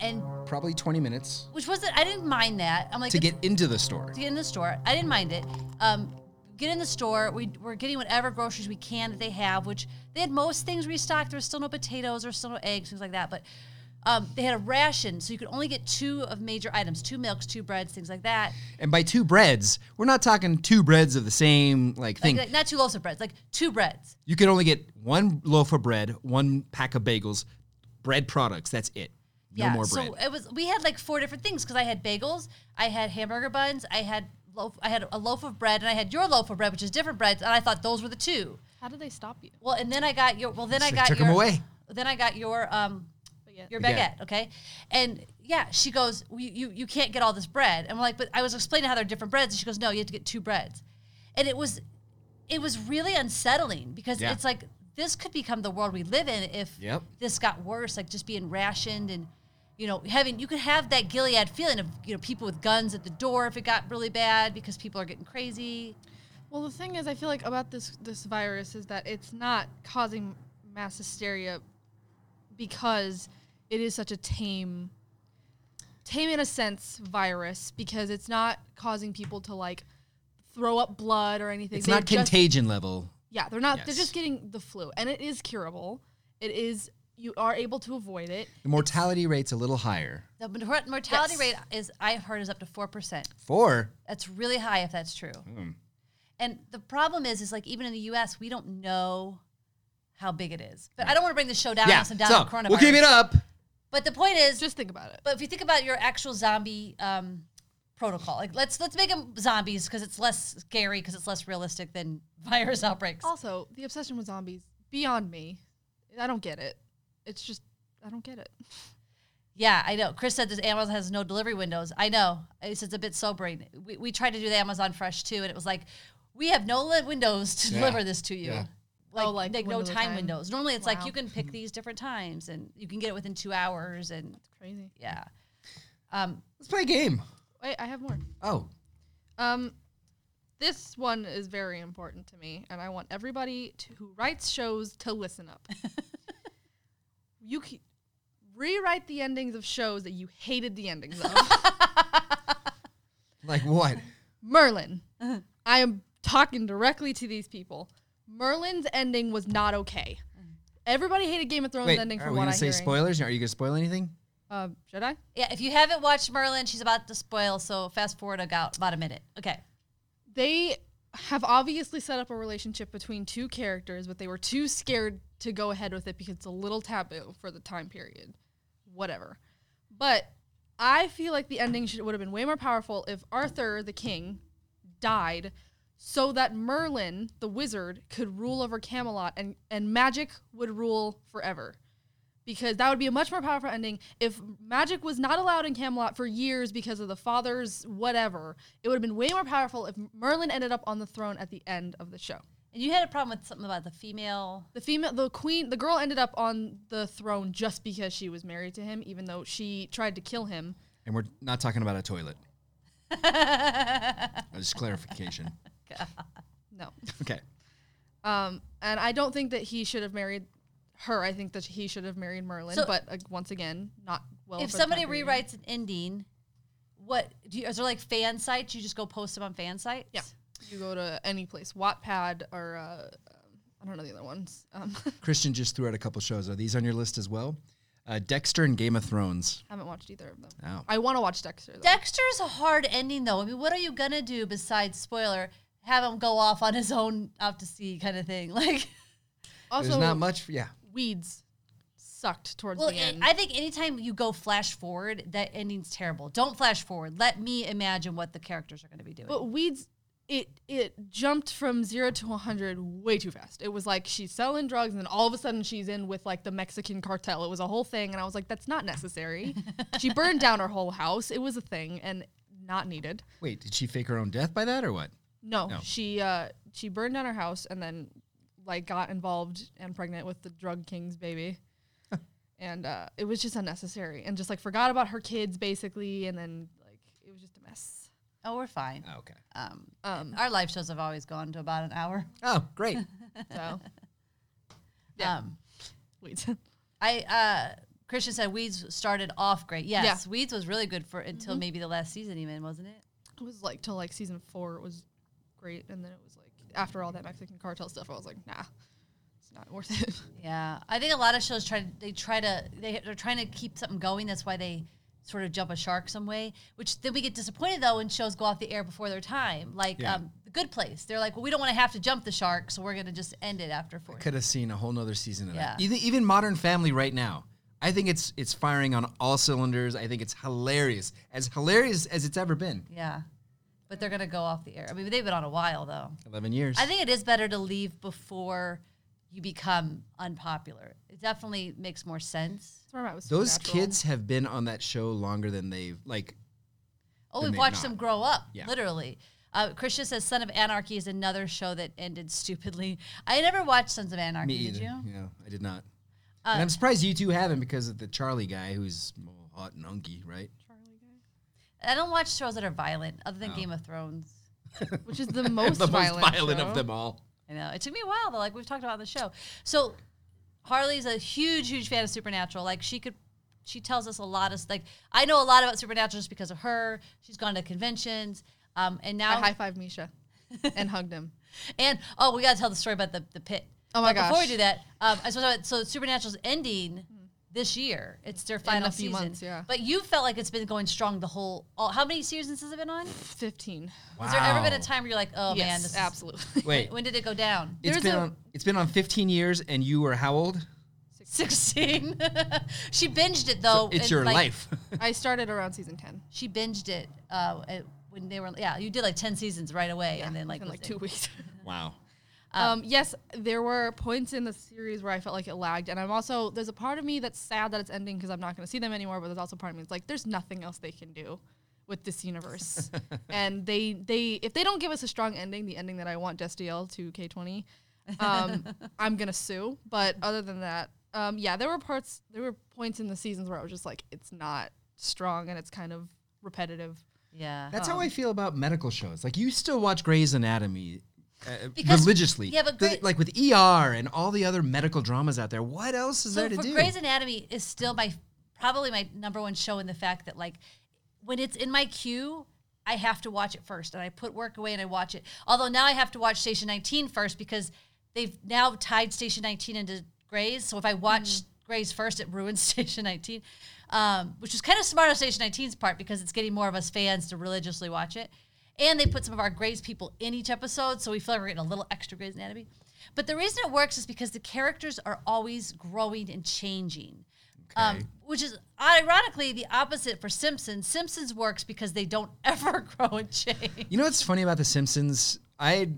S1: and
S2: Probably 20 minutes
S1: which wasn't i didn't mind that i'm like
S2: to
S1: it's-
S2: get into the store.
S1: to get in the store i didn't mind it um get in the store we, we're getting whatever groceries we can that they have which they had most things restocked there was still no potatoes there was still no eggs things like that but um, they had a ration so you could only get two of major items two milks two breads things like that
S2: And by two breads, we're not talking two breads of the same like thing.
S1: like, not two loaves of breads like two breads
S2: You can only get one loaf of bread, one pack of bagels, bread products. That's it. No more bread.
S3: uh,
S1: So it was we had like four different things because I had bagels, I had hamburger buns, I had loaf, I had a loaf of bread, and I had your loaf of bread, which is different breads, and I thought those were the two.
S3: How did they stop you?
S1: Well, and then I got your well, then I
S2: They
S1: got
S2: took 'em
S1: your
S2: away.
S1: Then I got your um
S3: Baguette.
S1: your
S2: Baguette.
S1: baguette, okay, and yeah, she goes, well, you, you you can't get all this bread, and I'm like, but I was explaining how they're different breads, and she goes, no, you have to get two breads, and it was it was really unsettling because
S2: Yeah.
S1: it's like this could become the world we live in if
S2: Yep.
S1: this got worse, like just being rationed and you know having you could have that Gilead feeling of you know people with guns at the door if it got really bad because people are getting crazy.
S3: Well, the thing is, I feel like about this this virus is that it's not causing mass hysteria because it is such a tame tame in a sense virus because it's not causing people to like throw up blood or anything.
S2: It's
S3: They're
S2: not
S3: just-
S2: contagion level.
S3: Yeah, they're not. They're
S2: Yes.
S3: just getting the flu, and it is curable. It is. You are able to avoid it.
S2: The mortality rate's a little higher.
S1: The mor- mortality
S3: Yes.
S1: rate is I've heard is up to four percent.
S2: Four.
S1: That's really high if that's true.
S2: Hmm.
S1: And the problem is, is like even in the U.S., we don't know how big it is. But I don't want to bring the show down
S2: yeah.
S1: on some down
S2: so
S1: on coronavirus.
S2: we'll keep it up.
S1: But the point is,
S3: Just think about it.
S1: but if you think about your actual zombie um, protocol, like let's let's make them zombies because it's less scary because it's less realistic than virus outbreaks.
S3: Also, the obsession with zombies beyond me. I don't get it. It's just I don't get it.
S1: Yeah, I know. Chris said this Amazon has no delivery windows. I know. It's, it's a bit sobering. We, we tried to do the Amazon Fresh too, and it was like, we have no li- windows to
S4: Yeah.
S1: deliver this to you.
S4: Yeah.
S1: Like,
S3: Oh, like
S1: like no
S3: window to
S1: time,
S3: time.
S1: windows. Normally, it's like
S3: Wow.
S1: you can pick these different times, and you can get it within two hours. And
S3: Crazy.
S1: yeah, um,
S2: Let's play a game.
S3: Wait, I have more.
S2: Oh,
S3: Um, this one is very important to me, and I want everybody to, who writes shows to listen up. you c- rewrite the endings of shows that you hated the endings of.
S2: like what?
S3: Merlin. I am talking directly to these people. Merlin's ending was not okay. Everybody hated Game of Thrones
S2: Wait,
S3: ending
S2: are
S3: from
S2: we
S3: what
S2: gonna
S3: I'm
S2: say
S3: hearing.
S2: spoilers? Are you gonna spoil anything?
S3: Uh, should I?
S1: yeah. If you haven't watched Merlin, she's about to spoil. So fast forward about about a minute. Okay.
S3: They have obviously set up a relationship between two characters, but they were too scared to go ahead with it because it's a little taboo for the time period. Whatever. But I feel like the ending should, would have been way more powerful if Arthur, the king, died so that Merlin, the wizard, could rule over Camelot and, and magic would rule forever. Because that would be a much more powerful ending if magic was not allowed in Camelot for years because of the father's whatever. It would have been way more powerful if Merlin ended up on the throne at the end of the show.
S1: And you had a problem with something about the female.
S3: The female, the queen, the girl ended up on the throne just because she was married to him, even though she tried to kill him.
S2: And we're not talking about a toilet. Uh, Just clarification.
S3: No,
S2: Okay.
S3: Um, and I don't think that he should have married her. I think that he should have married Merlin.
S1: So-
S3: but uh, once again, not well.
S1: if
S3: for the
S1: somebody
S3: time period.
S1: rewrites an ending, what do you, is there like fan sites? You just go post them on fan sites.
S3: yeah, you go to any place, Wattpad or uh, um, I don't know the other ones. Um,
S2: Christian just threw out a couple shows. Are these on your list as well? Uh, Dexter and Game of Thrones.
S3: haven't watched either of them.
S2: Oh.
S3: I want to watch Dexter. Though.
S1: Dexter's a hard ending though. I mean, what are you gonna do besides spoiler? Have him go off on his own out to sea kind of thing. Like,
S3: also,
S2: There's not much. Yeah.
S3: weeds sucked towards
S1: well,
S3: the end.
S1: I think anytime you go flash forward, that ending's terrible. Don't flash forward. Let me imagine what the characters are gonna be doing.
S3: But weeds, it it jumped from zero to hundred way too fast. It was like she's selling drugs, and then all of a sudden she's in with like the Mexican cartel. It was a whole thing, and I was like, that's not necessary. she burned down her whole house. It was a thing, and not needed.
S2: Wait, did she fake her own death by that or what?
S3: No,
S2: No.
S3: she uh, she burned down her house, and then like got involved and pregnant with the drug king's baby. And uh, it was just unnecessary, and just like forgot about her kids basically, and then like it was just a mess.
S1: oh, we're fine.
S2: Oh, okay.
S1: Um,
S3: Um,
S1: our live shows have always gone to about an hour.
S2: Oh, great.
S3: so Yeah.
S1: Um,
S3: weeds.
S1: I uh, Christian said Weeds started off great. Yes, Weeds was really good for until maybe the last season, even wasn't it?
S3: it was like till like season four it was great and then it was like after all that mexican cartel stuff i was like nah it's not worth it
S1: Yeah, I think a lot of shows try. They try to. They, they're trying to keep something going. That's why they sort of jump a shark some way. Which then we get disappointed though when shows go off the air before their time. Like
S2: Yeah.
S1: um, The Good Place. They're like, well, we don't want to have to jump the shark, so we're gonna just end it after four.
S2: Could have seen a whole nother season of that.
S1: Yeah.
S2: Even, even Modern Family right now. I think it's it's firing on all cylinders. I think it's hilarious, as hilarious as it's ever been.
S1: Yeah, but they're gonna go off the air. I mean, they've been on a while though.
S2: Eleven years.
S1: I think it is better to leave before you become unpopular. It definitely makes more sense.
S3: That's where I'm at with
S2: Those
S3: Supernatural.
S2: kids have been on that show longer than they've like.
S1: Oh,
S2: than
S1: we've
S2: they've
S1: watched
S2: not.
S1: them grow up,
S2: Yeah.
S1: literally. Uh, Christian says Son of Anarchy is another show that ended stupidly. I never watched Sons of Anarchy,
S2: Me either.
S1: did you? Uh,
S2: No, I did not. and I'm surprised you two haven't because of the Charlie guy who's well, hot and hunky, right?
S1: I don't watch shows that are violent other than Game of Thrones.
S3: which is the most
S2: the
S3: violent,
S2: most violent
S3: show.
S2: of them all.
S1: I know. It took me a while, though, like we've talked about on the show. So Harley's a huge, huge fan of Supernatural. Like she could she tells us a lot of like I know a lot about supernatural just because of her. She's gone to conventions. Um, and
S3: I
S1: now
S3: high five Misha and hugged him.
S1: and oh, we got to tell the story about the, the pit.
S3: Oh my
S1: but Before we
S3: gosh.
S1: do that, um, I suppose I- so. Supernatural's ending this year. It's their final
S3: few
S1: season.
S3: months, yeah.
S1: But you felt like it's been going strong the whole. All, how many seasons has it been on?
S3: Fifteen.
S1: Has there ever been a time where you're like, oh
S3: yes,
S1: man, this is-
S3: absolutely.
S2: Wait,
S1: when did it go down?
S2: it's
S3: there's
S2: been
S3: a-
S2: on, it's been on 15 years, and you were how old?
S1: 16. she binged it though. Oh,
S2: it's
S1: and,
S2: your
S1: like,
S2: life.
S3: I started around season ten.
S1: She binged it uh, at- when they were, yeah, you did like 10 seasons right away. and then like,
S3: in like
S1: was-
S3: two weeks.
S2: wow.
S3: Um, yes, there were points in the series where I felt like it lagged, and I'm also there's a part of me that's sad that it's ending because I'm not going to see them anymore. But there's also part of me that's like, there's nothing else they can do with this universe, and they they if they don't give us a strong ending, the ending that I want Destiel to K20, um, I'm gonna sue. But other than that, um, yeah, there were parts, there were points in the seasons where I was just like, it's not strong and it's kind of repetitive.
S1: Yeah.
S2: That's how I feel about medical shows. Like you still watch Grey's Anatomy uh,
S1: Because-
S2: religiously.
S1: yeah, but
S2: The-
S1: Grey-
S2: like with ER and all the other medical dramas out there, what else is
S1: So
S2: there to
S1: for
S2: do?
S1: Grey's Anatomy is still my probably my number one show in the fact that like when it's in my queue, I have to watch it first, and I put work away and I watch it. Although now I have to watch Station 19 first because they've now tied Station 19 into Grey's. So if I watch
S2: Mm-hmm.
S1: Grey's first, it ruins Station 19, um, which was kind of smart on Station 19's part because it's getting more of us fans to religiously watch it. And they put some of our Grey's people in each episode, so we feel like we're getting a little extra Grey's Anatomy. But the reason it works is because the characters are always growing and changing. Um, which is ironically the opposite for Simpsons. Simpsons works because they don't ever grow and change.
S2: You know what's funny about The Simpsons? I,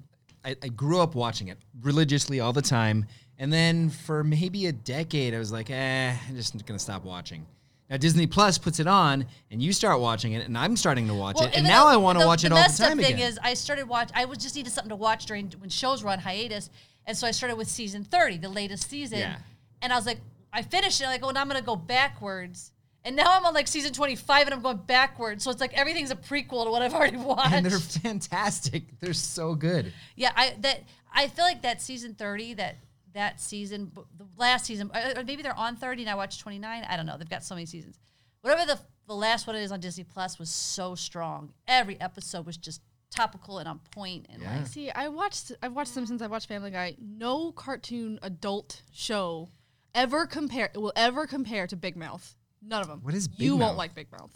S2: I I grew up watching it religiously all the time, and then for maybe a decade, I was like, eh, I'm just gonna stop watching. Now Disney Plus puts it on, and you start watching it, and I'm starting to watch it, and
S1: even
S2: now
S1: though
S2: I want to watch it all the
S1: messed up
S2: time
S1: thing
S2: again.
S1: is, I started watch. I was just needed something to watch during when shows were on hiatus, and so I started with season thirty, the latest season.
S2: Yeah.
S1: And I was like, I finished it. I'm like, oh, now I'm gonna go backwards. And now I'm on like season 25, and I'm going backwards. So it's like everything's a prequel to what I've already watched.
S2: and they're fantastic. They're so good.
S1: Yeah, I that I feel like that season thirty that that season b- the last season or or maybe they're on thirty and I watched twenty nine. I don't know. They've got so many seasons. Whatever the the last one it is on Disney Plus was so strong. Every episode was just topical and on point and
S2: Yeah.
S1: like
S3: See, I watched I've watched Simpsons, I've watched Family Guy. No cartoon adult show ever compare will ever compare to Big Mouth. None of them.
S2: What is Big
S3: you
S2: Mouth?
S3: won't like Big Mouth,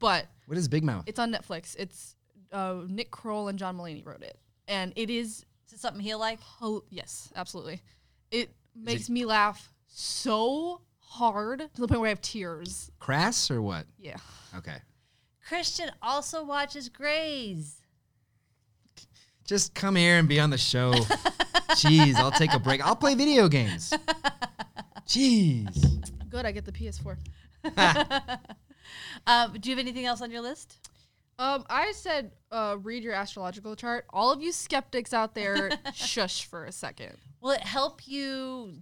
S3: but
S2: What is Big Mouth?
S3: it's on Netflix. It's uh, Nick Kroll and John Mulaney wrote it, and it is
S1: is it something he'll like?
S3: hel- yes, absolutely. It makes me laugh so hard to the point where I have tears.
S2: Crass or what?
S3: Yeah.
S2: Okay.
S1: Christian also watches Grays.
S2: Just come here and be on the show. Jeez, I'll take a break. I'll play video games. Jeez.
S3: Good, I get the PS4.
S1: Um, do you have anything else on your list?
S3: Um, I said, uh, read your astrological chart. All of you skeptics out there, shush for a second.
S1: Will it help you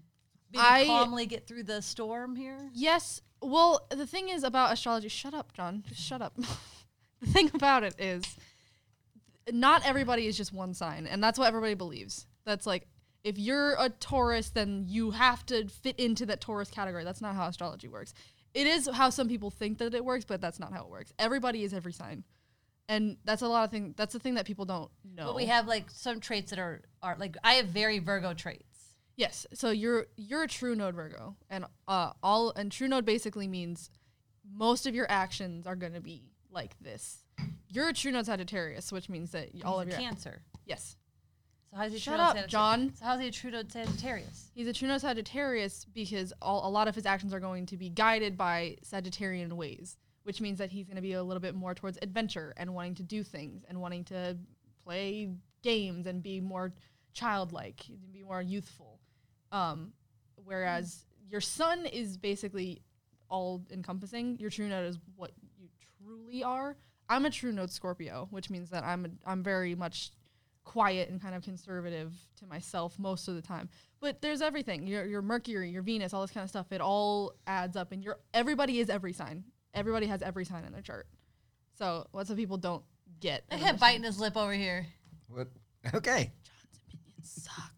S1: maybe
S3: I-
S1: calmly get through the storm here?
S3: Yes. Well, the thing is about astrology. Shut up, John. Just shut up. the thing about it is, not everybody is just one sign, and that's what everybody believes. That's like, if you're a Taurus, then you have to fit into that Taurus category. That's not how astrology works. It is how some people think that it works, but that's not how it works. Everybody is every sign, and that's a lot of thing. That's the thing that people don't know.
S1: But we have like some traits that are are like I have very Virgo traits.
S3: Yes. So you're you're a true node Virgo, and uh, all and true node basically means most of your actions are going to be like this. You're a true node Sagittarius, which means that all
S1: He's
S3: of
S1: a
S3: your
S1: Cancer.
S3: yes,
S1: So how's he
S3: Shut
S1: Trudeau
S3: up,
S1: Sagittarius?
S3: John.
S1: So how's he a Trudeau Sagittarius?
S3: he's a true node Sagittarius because all, a lot of his actions are going to be guided by Sagittarian ways, which means that he's going to be a little bit more towards adventure and wanting to do things and wanting to play games and be more childlike, be more youthful. Um, whereas
S1: Mm.
S3: your sun is basically all encompassing. Your true note is what you truly are. I'm a true note Scorpio, which means that I'm a, I'm very much quiet and kind of conservative to myself most of the time. But there's everything. Your your Mercury, your Venus, all this kind of stuff. It all adds up, and your everybody is every sign. Everybody has every sign in their chart. So lots of people don't get.
S1: I had biting his lip over here.
S2: What? Okay.
S3: suck.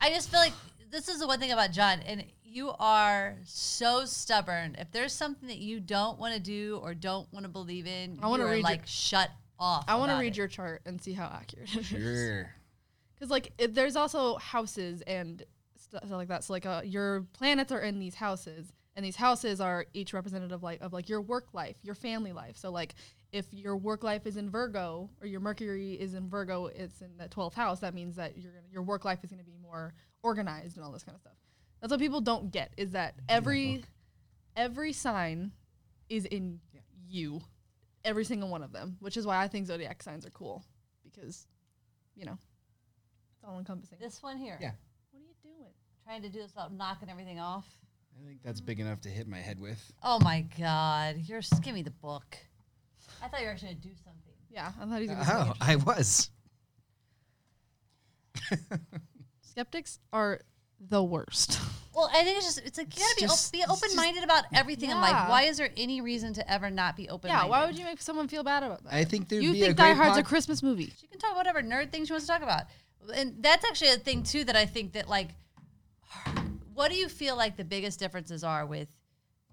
S1: I just feel like this is the one thing about John, and you are so stubborn. If there's something that you don't want to do or don't want to believe in,
S3: I wanna
S1: you are,
S3: read your-
S1: like shut off.
S3: I want to
S1: about
S3: read
S1: it.
S3: your chart and see how accurate it is.
S2: Sure.
S3: Because like it, there's also houses and stuff like that. So like uh, your planets are in these houses, and these houses are each representative like of like your work life, your family life. So like if your work life is in Virgo or your Mercury is in Virgo, it's in the 12th house. That means that your your work life is going to be more organized and all this kind of stuff. That's what people don't get is that every every sign is in you, every single one of them, which is why I think zodiac signs are cool because you know it's all encompassing.
S1: this one here.
S2: Yeah.
S3: What are you doing?
S1: Trying to do this without knocking everything off.
S2: I think that's big enough to hit my head with.
S1: Oh my God! You're s- give me the book. I thought you were actually gonna do something.
S3: Yeah, I thought he was gonna
S2: Oh,
S3: sneeze.
S2: I was.
S3: Skeptics are the worst.
S1: Well, I think it's just it's like you gotta
S2: It's just-
S1: be,
S2: it's
S1: op-
S2: just-
S1: be open minded about everything in life.
S3: Yeah.
S1: Why is there any reason to ever not be open?
S3: yeah, why would you make someone feel bad about that?
S2: I think there'd
S3: you
S2: be a
S3: think
S2: great
S3: Die Hard's
S2: pod-
S3: a Christmas movie?
S1: She can talk whatever nerd thing she wants to talk about, and that's actually a thing too that I think that like, what do you feel like the biggest differences are with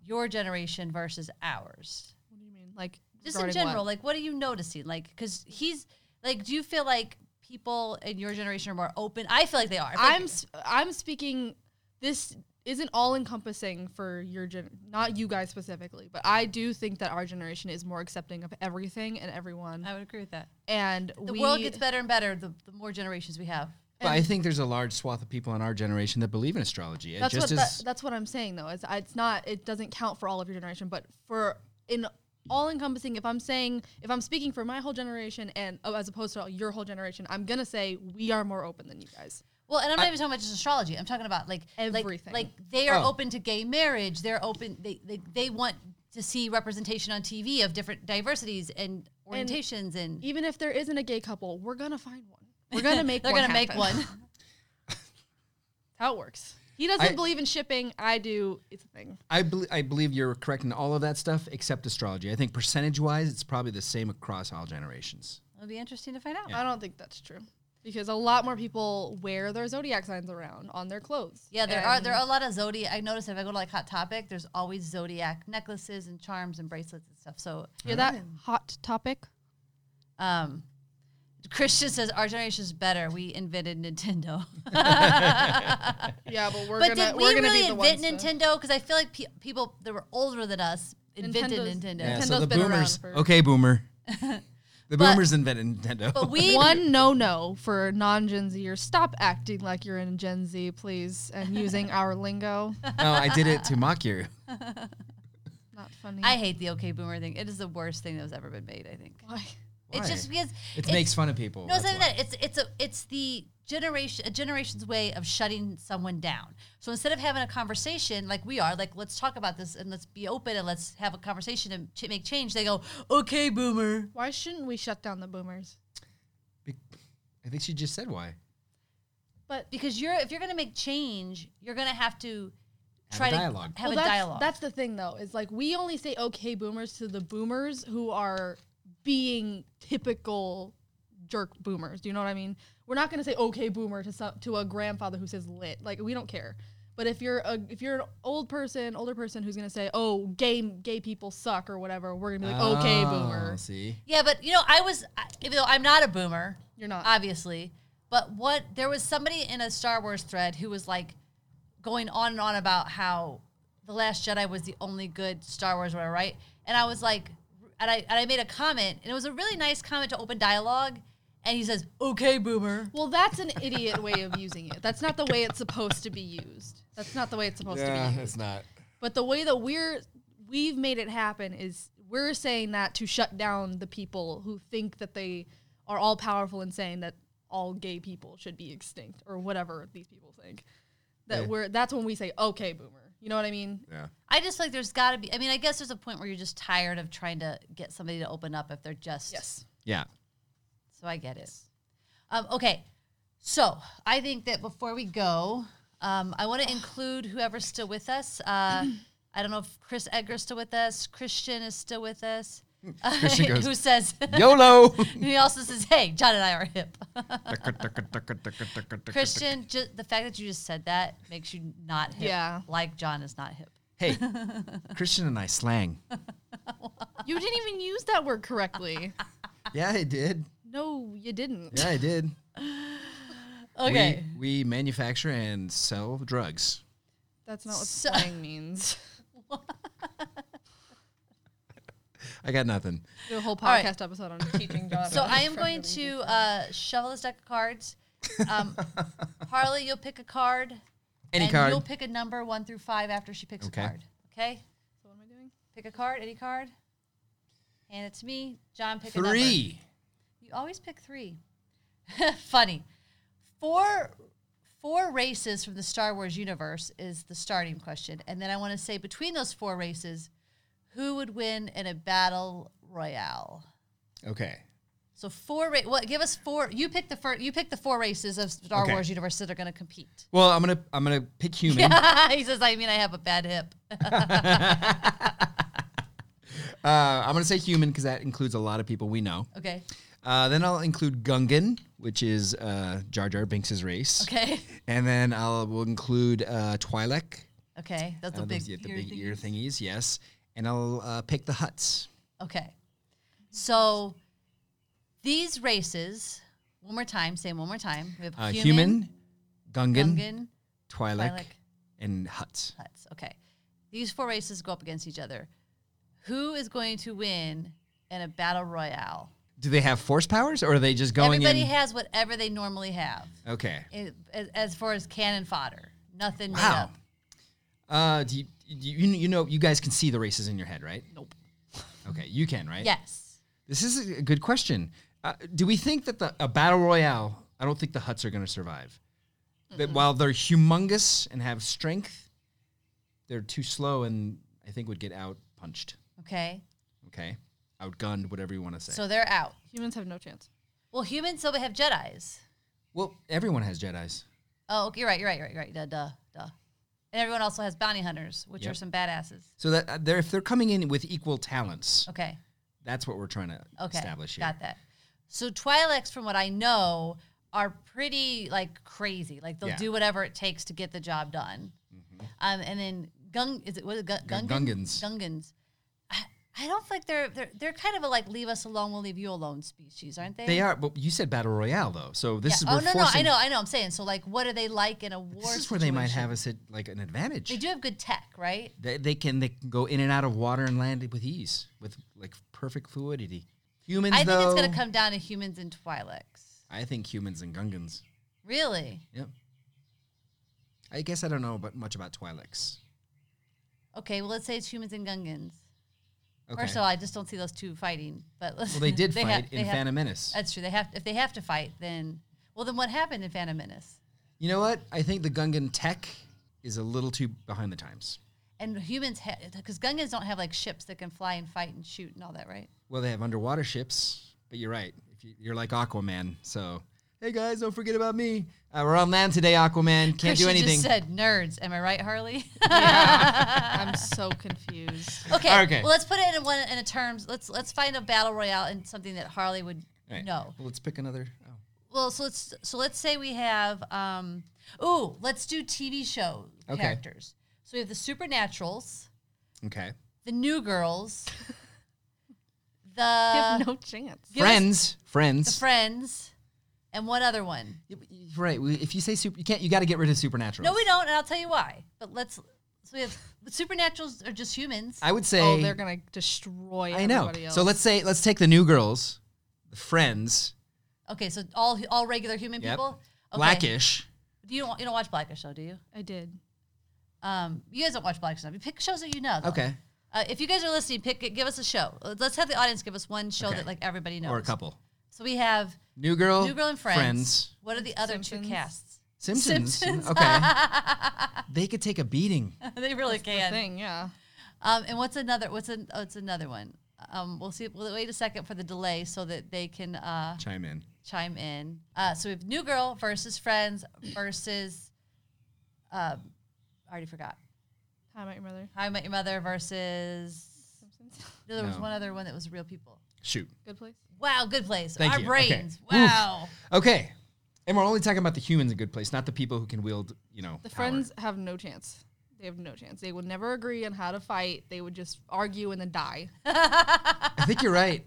S1: your generation versus ours?
S3: What do you mean? Like
S1: Just in general, like what are you noticing? Like, because he's like, do you feel like people in your generation are more open? I feel like they are. I feel like-
S3: I'm s- I'm speaking. This isn't all encompassing for your gen, not you guys specifically, but I do think that our generation is more accepting of everything and everyone,
S1: I would agree with that.
S3: and
S1: The
S3: we,
S1: world gets better and better the, the more generations we have.
S2: But I think there's a large swath of people in our generation that believe in astrology. It
S3: That's
S2: just
S3: what
S2: is.
S3: that, that's what I'm saying though. It's it's not it doesn't count for all of your generation, but for in all encompassing. If I'm saying if I'm speaking for my whole generation and oh, as opposed to your whole generation, I'm gonna say we are more open than you guys.
S1: Well, and I'm not even talking about just astrology. I'm talking about like like-
S3: Everything.
S1: Like, they are
S2: Oh.
S1: open to gay marriage. They're open. They, they they want to see representation on TV of different diversities and orientations and,
S3: Even if there isn't a gay couple, we're gonna find one. We're gonna make.
S1: they're
S3: one
S1: gonna make
S3: happen.
S1: one.
S3: That's how it works. He doesn't
S2: I-
S3: believe in shipping. I do. It's a thing.
S2: I, bel I believe you're correct in all of that stuff except astrology. I think percentage wise, it's probably the same across all generations.
S1: It'll be interesting to find out.
S3: I don't think that's true because a lot more people wear their zodiac signs around on their clothes.
S1: Yeah, there are
S3: And-
S1: there are a lot of zodiac. I noticed if I go to like Hot Topic, there's always zodiac necklaces and charms and bracelets and stuff. So,
S3: Hear that hot topic?
S1: um, Christian says our generation is better. We invented Nintendo.
S3: Yeah, but we're
S1: but
S3: gonna
S1: did we
S3: we're gonna
S1: really
S3: be the
S1: invent
S3: ones to-
S1: Nintendo? Because I feel like pe- people that were older than us invented
S3: Nintendo's-
S1: Nintendo.
S3: Yeah.
S2: so
S3: Nintendo's
S2: the
S3: been around
S2: boomers.
S3: for-
S2: Okay, boomer. The
S1: But-
S2: boomers invented Nintendo.
S1: But we
S3: One no no for non Gen Zers. Stop acting like you're in Gen Z, please, and using our lingo.
S2: no, I did it to mock you.
S3: Not funny.
S1: I hate the OK Boomer thing. It is the worst thing that's ever been made. I think
S3: Why?
S2: Why?
S1: it's just because
S2: It
S1: it's-
S2: makes fun of people.
S1: No, it's
S2: that's
S1: not even
S2: why.
S1: that. It's it's a it's the generation a generation's way of shutting someone down. So instead of having a conversation like we are, like let's talk about this and let's be open and let's have a conversation and ch- make change. They go, okay, boomer.
S3: Why shouldn't we shut down the boomers?
S2: Be- I think she just said why.
S3: But
S1: Because you're if you're gonna make change, you're gonna have to
S2: Have a
S1: try
S2: dialogue.
S1: to have
S3: Well,
S1: a
S3: that's,
S1: dialogue.
S3: That's the thing though, is like we only say okay boomers to the boomers who are being typical jerk boomers. Do you know what I mean? We're not gonna say okay boomer to some, to a grandfather who says lit. Like we don't care. But if you're a if you're an old person, older person who's gonna say, Oh, gay gay people suck or whatever, we're gonna be like, okay
S2: Oh,
S3: boomer.
S2: See?
S1: yeah, but you know, I was I- even though I'm not a boomer,
S3: You're not.
S1: obviously. But what there was somebody in a Star Wars thread who was like going on and on about how the Last Jedi was the only good Star Wars, whatever, right? And I was like, and I and I made a comment, and it was a really nice comment to open dialogue. And he says, "Okay, boomer."
S3: well, that's an idiot way of using it. That's not the way it's supposed to be used. That's not the way it's supposed to be used.
S4: it's not.
S3: But the way that we're we've made it happen is we're saying that to shut down the people who think that they are all powerful and saying that all gay people should be extinct or whatever these people think. That
S2: Yeah.
S3: we're that's when we say okay boomer. You know what I mean?
S4: Yeah.
S1: I just feel like there's got to be. I mean, I guess there's a point where you're just tired of trying to get somebody to open up if they're just
S3: Yes.
S2: Yeah.
S1: So I get it. Um, okay, so I think that before we go, um, I want to include whoever's still with us. Uh, I don't know if Chris Edgar's still with us. Christian is still with us.
S4: Christian goes,
S1: who says
S2: YOLO.
S1: he also says, "Hey, John and I are hip." Christian, ju- the fact that you just said that makes you not hip.
S3: Yeah.
S1: like John is not hip.
S2: hey, Christian and I slang.
S3: You didn't even use that word correctly.
S2: Yeah, I did.
S3: No, you didn't.
S2: Yeah, I did.
S1: Okay,
S2: We, we manufacture and sell drugs.
S3: That's not what
S1: So-
S3: slang means.
S2: I got nothing.
S3: Do a whole
S1: right.
S3: podcast episode on teaching John.
S1: so I am going to uh, shovel this deck of cards. Um, Harley, you'll pick a card.
S2: Any
S1: and
S2: card.
S1: You'll pick a number one through five after she picks
S2: Okay.
S1: a card. Okay,
S3: So what am I doing?
S1: pick a card, any card, and it's me, John. Pick a number.
S2: Three.
S1: You always pick three. Funny. Four four races from the Star Wars universe is the starting question. And then I want to say between those four races, who would win in a battle royale?
S2: Okay.
S1: So four ra- what give us four you pick the first you pick the four races of Star
S2: Okay.
S1: Wars universe that are gonna compete.
S2: Well, I'm gonna I'm gonna pick human.
S1: he says, I mean I have a bad hip.
S2: Uh, I'm gonna say human because that includes a lot of people we know.
S1: Okay.
S2: Uh, then I'll include Gungan, which is uh, Jar Jar Binks' race.
S1: Okay.
S2: And then I'll will include uh, Twi'lek.
S1: Okay. That's
S2: Uh,
S1: a big,
S2: those- yeah, the
S1: ear
S2: big
S1: thingy.
S2: ear thingies, yes. And I'll uh, pick the huts.
S1: Okay. So these races, one more time, say 'em one more time. We have
S2: Uh,
S1: human,
S2: human, Gungan,
S1: Gungan,
S2: Twi'lek,
S1: Twi'lek.
S2: and huts.
S1: Huts. Okay. These four races go up against each other. Who is going to win in a battle royale?
S2: Do they have force powers, or are they just going
S1: Everybody
S2: in?
S1: has whatever they normally have
S2: okay.
S1: i- as, as far as cannon fodder. Nothing made
S2: Wow.
S1: up.
S2: Uh, do you, do you you know you guys can see the races in your head, right?
S3: Nope.
S2: Okay, you can, right?
S1: Yes.
S2: This is a good question. Uh, do we think that the a battle royale? I don't think the huts are going to survive. That while they're humongous and have strength, they're too slow and I think would get out punched.
S1: Okay.
S2: Okay, outgunned, whatever you want to say.
S1: So they're out.
S3: Humans have no chance.
S1: Well, humans, so we have Jedi's.
S2: well, everyone has Jedi's.
S1: Oh, okay. You're right. You're right. You're right. You're right. Duh, duh, duh. And everyone also has bounty hunters, which
S2: Yep.
S1: are some badasses.
S2: So that uh, they're if they're coming in with equal talents,
S1: Okay.
S2: that's what we're trying to
S1: Okay.
S2: establish here.
S1: Got that. So Twi'leks, from what I know, are pretty like crazy. Like they'll
S2: Yeah.
S1: do whatever it takes to get the job done. Um, and then Gung is it what is it, Gun-
S2: Gun-
S1: Gungans?
S2: Gungans.
S1: Gungans. I, I don't think they're they're they're kind of a like leave us alone, we'll leave you alone species, aren't they?
S2: They are, but you said battle royale though, so this
S1: Yeah.
S2: is
S1: Oh
S2: we're
S1: no, no, I
S2: forcing-
S1: know, I know. I'm saying so. Like, what are they like in a war?
S2: This is where they might
S1: situation?
S2: have a sit- like an advantage.
S1: They do have good tech, right?
S2: They, they can they can go in and out of water and land with ease, with like perfect fluidity. Humans,
S1: I think
S2: though,
S1: it's going to come down to humans and Twi'leks.
S2: I think humans and Gungans.
S1: Really?
S2: Yep. I guess I don't know about much about Twi'leks.
S1: Okay. Well, let's say it's humans and Gungans.
S2: Okay.
S1: First of all, I just don't see those two fighting. But
S2: well, they did
S1: have-
S2: fight
S1: they
S2: in
S1: have-
S2: Phantom Menace.
S1: That's true. They have if they have to fight, then well, then what happened in Phantom Menace?
S2: You know what? I think the Gungan tech is a little too behind the times.
S1: And humans because Gungans don't have like ships that can fly and fight and shoot and all that, right?
S2: Well, they have underwater ships, but you're right. If you, you're like Aquaman, so hey guys, don't forget about me. Uh, we're on land today, Aquaman. Can't
S1: Christian
S2: do anything.
S1: Just said nerds. Am I right, Harley?
S3: I'm so confused.
S1: okay.
S2: Okay.
S1: Well, let's put it in one in a terms. Let's let's find a battle royale and something that Harley would
S2: All right.
S1: know.
S2: Well, let's pick another. Oh.
S1: Well, so let's so let's say we have um ooh, let's do TV show
S2: Okay.
S1: characters. So we have the Supernaturals,
S2: Okay.
S1: the New Girls, the
S3: They have no chance.
S1: Give us
S2: friends,
S1: the
S2: friends.
S1: Friends, and one other one.
S2: Y- y- right. we- If you say super, you can't. You got to get rid of supernatural.
S1: No, we don't, and I'll tell you why. But let's so we have the Supernaturals are just humans.
S2: I would say.
S3: Oh, they're gonna destroy.
S2: I know.
S3: everybody Else.
S2: So let's say let's take the new girls, the friends,
S1: Okay, so all all regular human
S2: Yep.
S1: people. Okay.
S2: Blackish.
S1: Do you don't you don't watch Blackish though, do you?
S3: I did.
S1: Um, you guys don't watch Blackish enough. You pick shows that you know. though.
S2: Okay.
S1: Uh, if you guys are listening, pick give us a show. Uh, Let's have the audience give us one show
S2: Okay.
S1: that like everybody knows.
S2: Or a couple.
S1: So we have
S2: New girl.
S1: New Girl and Friends.
S2: Friends.
S1: What are the other
S3: Simpsons.
S1: two casts?
S2: Simpsons. Okay. they could take a beating.
S1: they really
S3: The
S1: can.
S3: thing, yeah.
S1: Um, and what's another? What's an, What's another one? Um, we'll see. We'll wait a second for the delay so that they can uh,
S2: Chime in.
S1: chime in. Uh, so we have New Girl versus Friends versus. Um, I already forgot.
S3: How about your mother?
S1: How I Met Your Mother versus
S3: times.
S1: No, there was
S2: No.
S1: one other one that was real people.
S2: Shoot.
S3: Good place.
S1: Wow, good place.
S2: Thank
S1: Our
S2: you. Okay.
S1: brains.
S2: Oof.
S1: Wow.
S2: Okay. And we're only talking about the humans in good place, not the people who can wield, you know,
S3: The
S2: power.
S3: friends have no chance. They have no chance. They would never agree on how to fight. They would just argue and then die.
S2: I think you're right.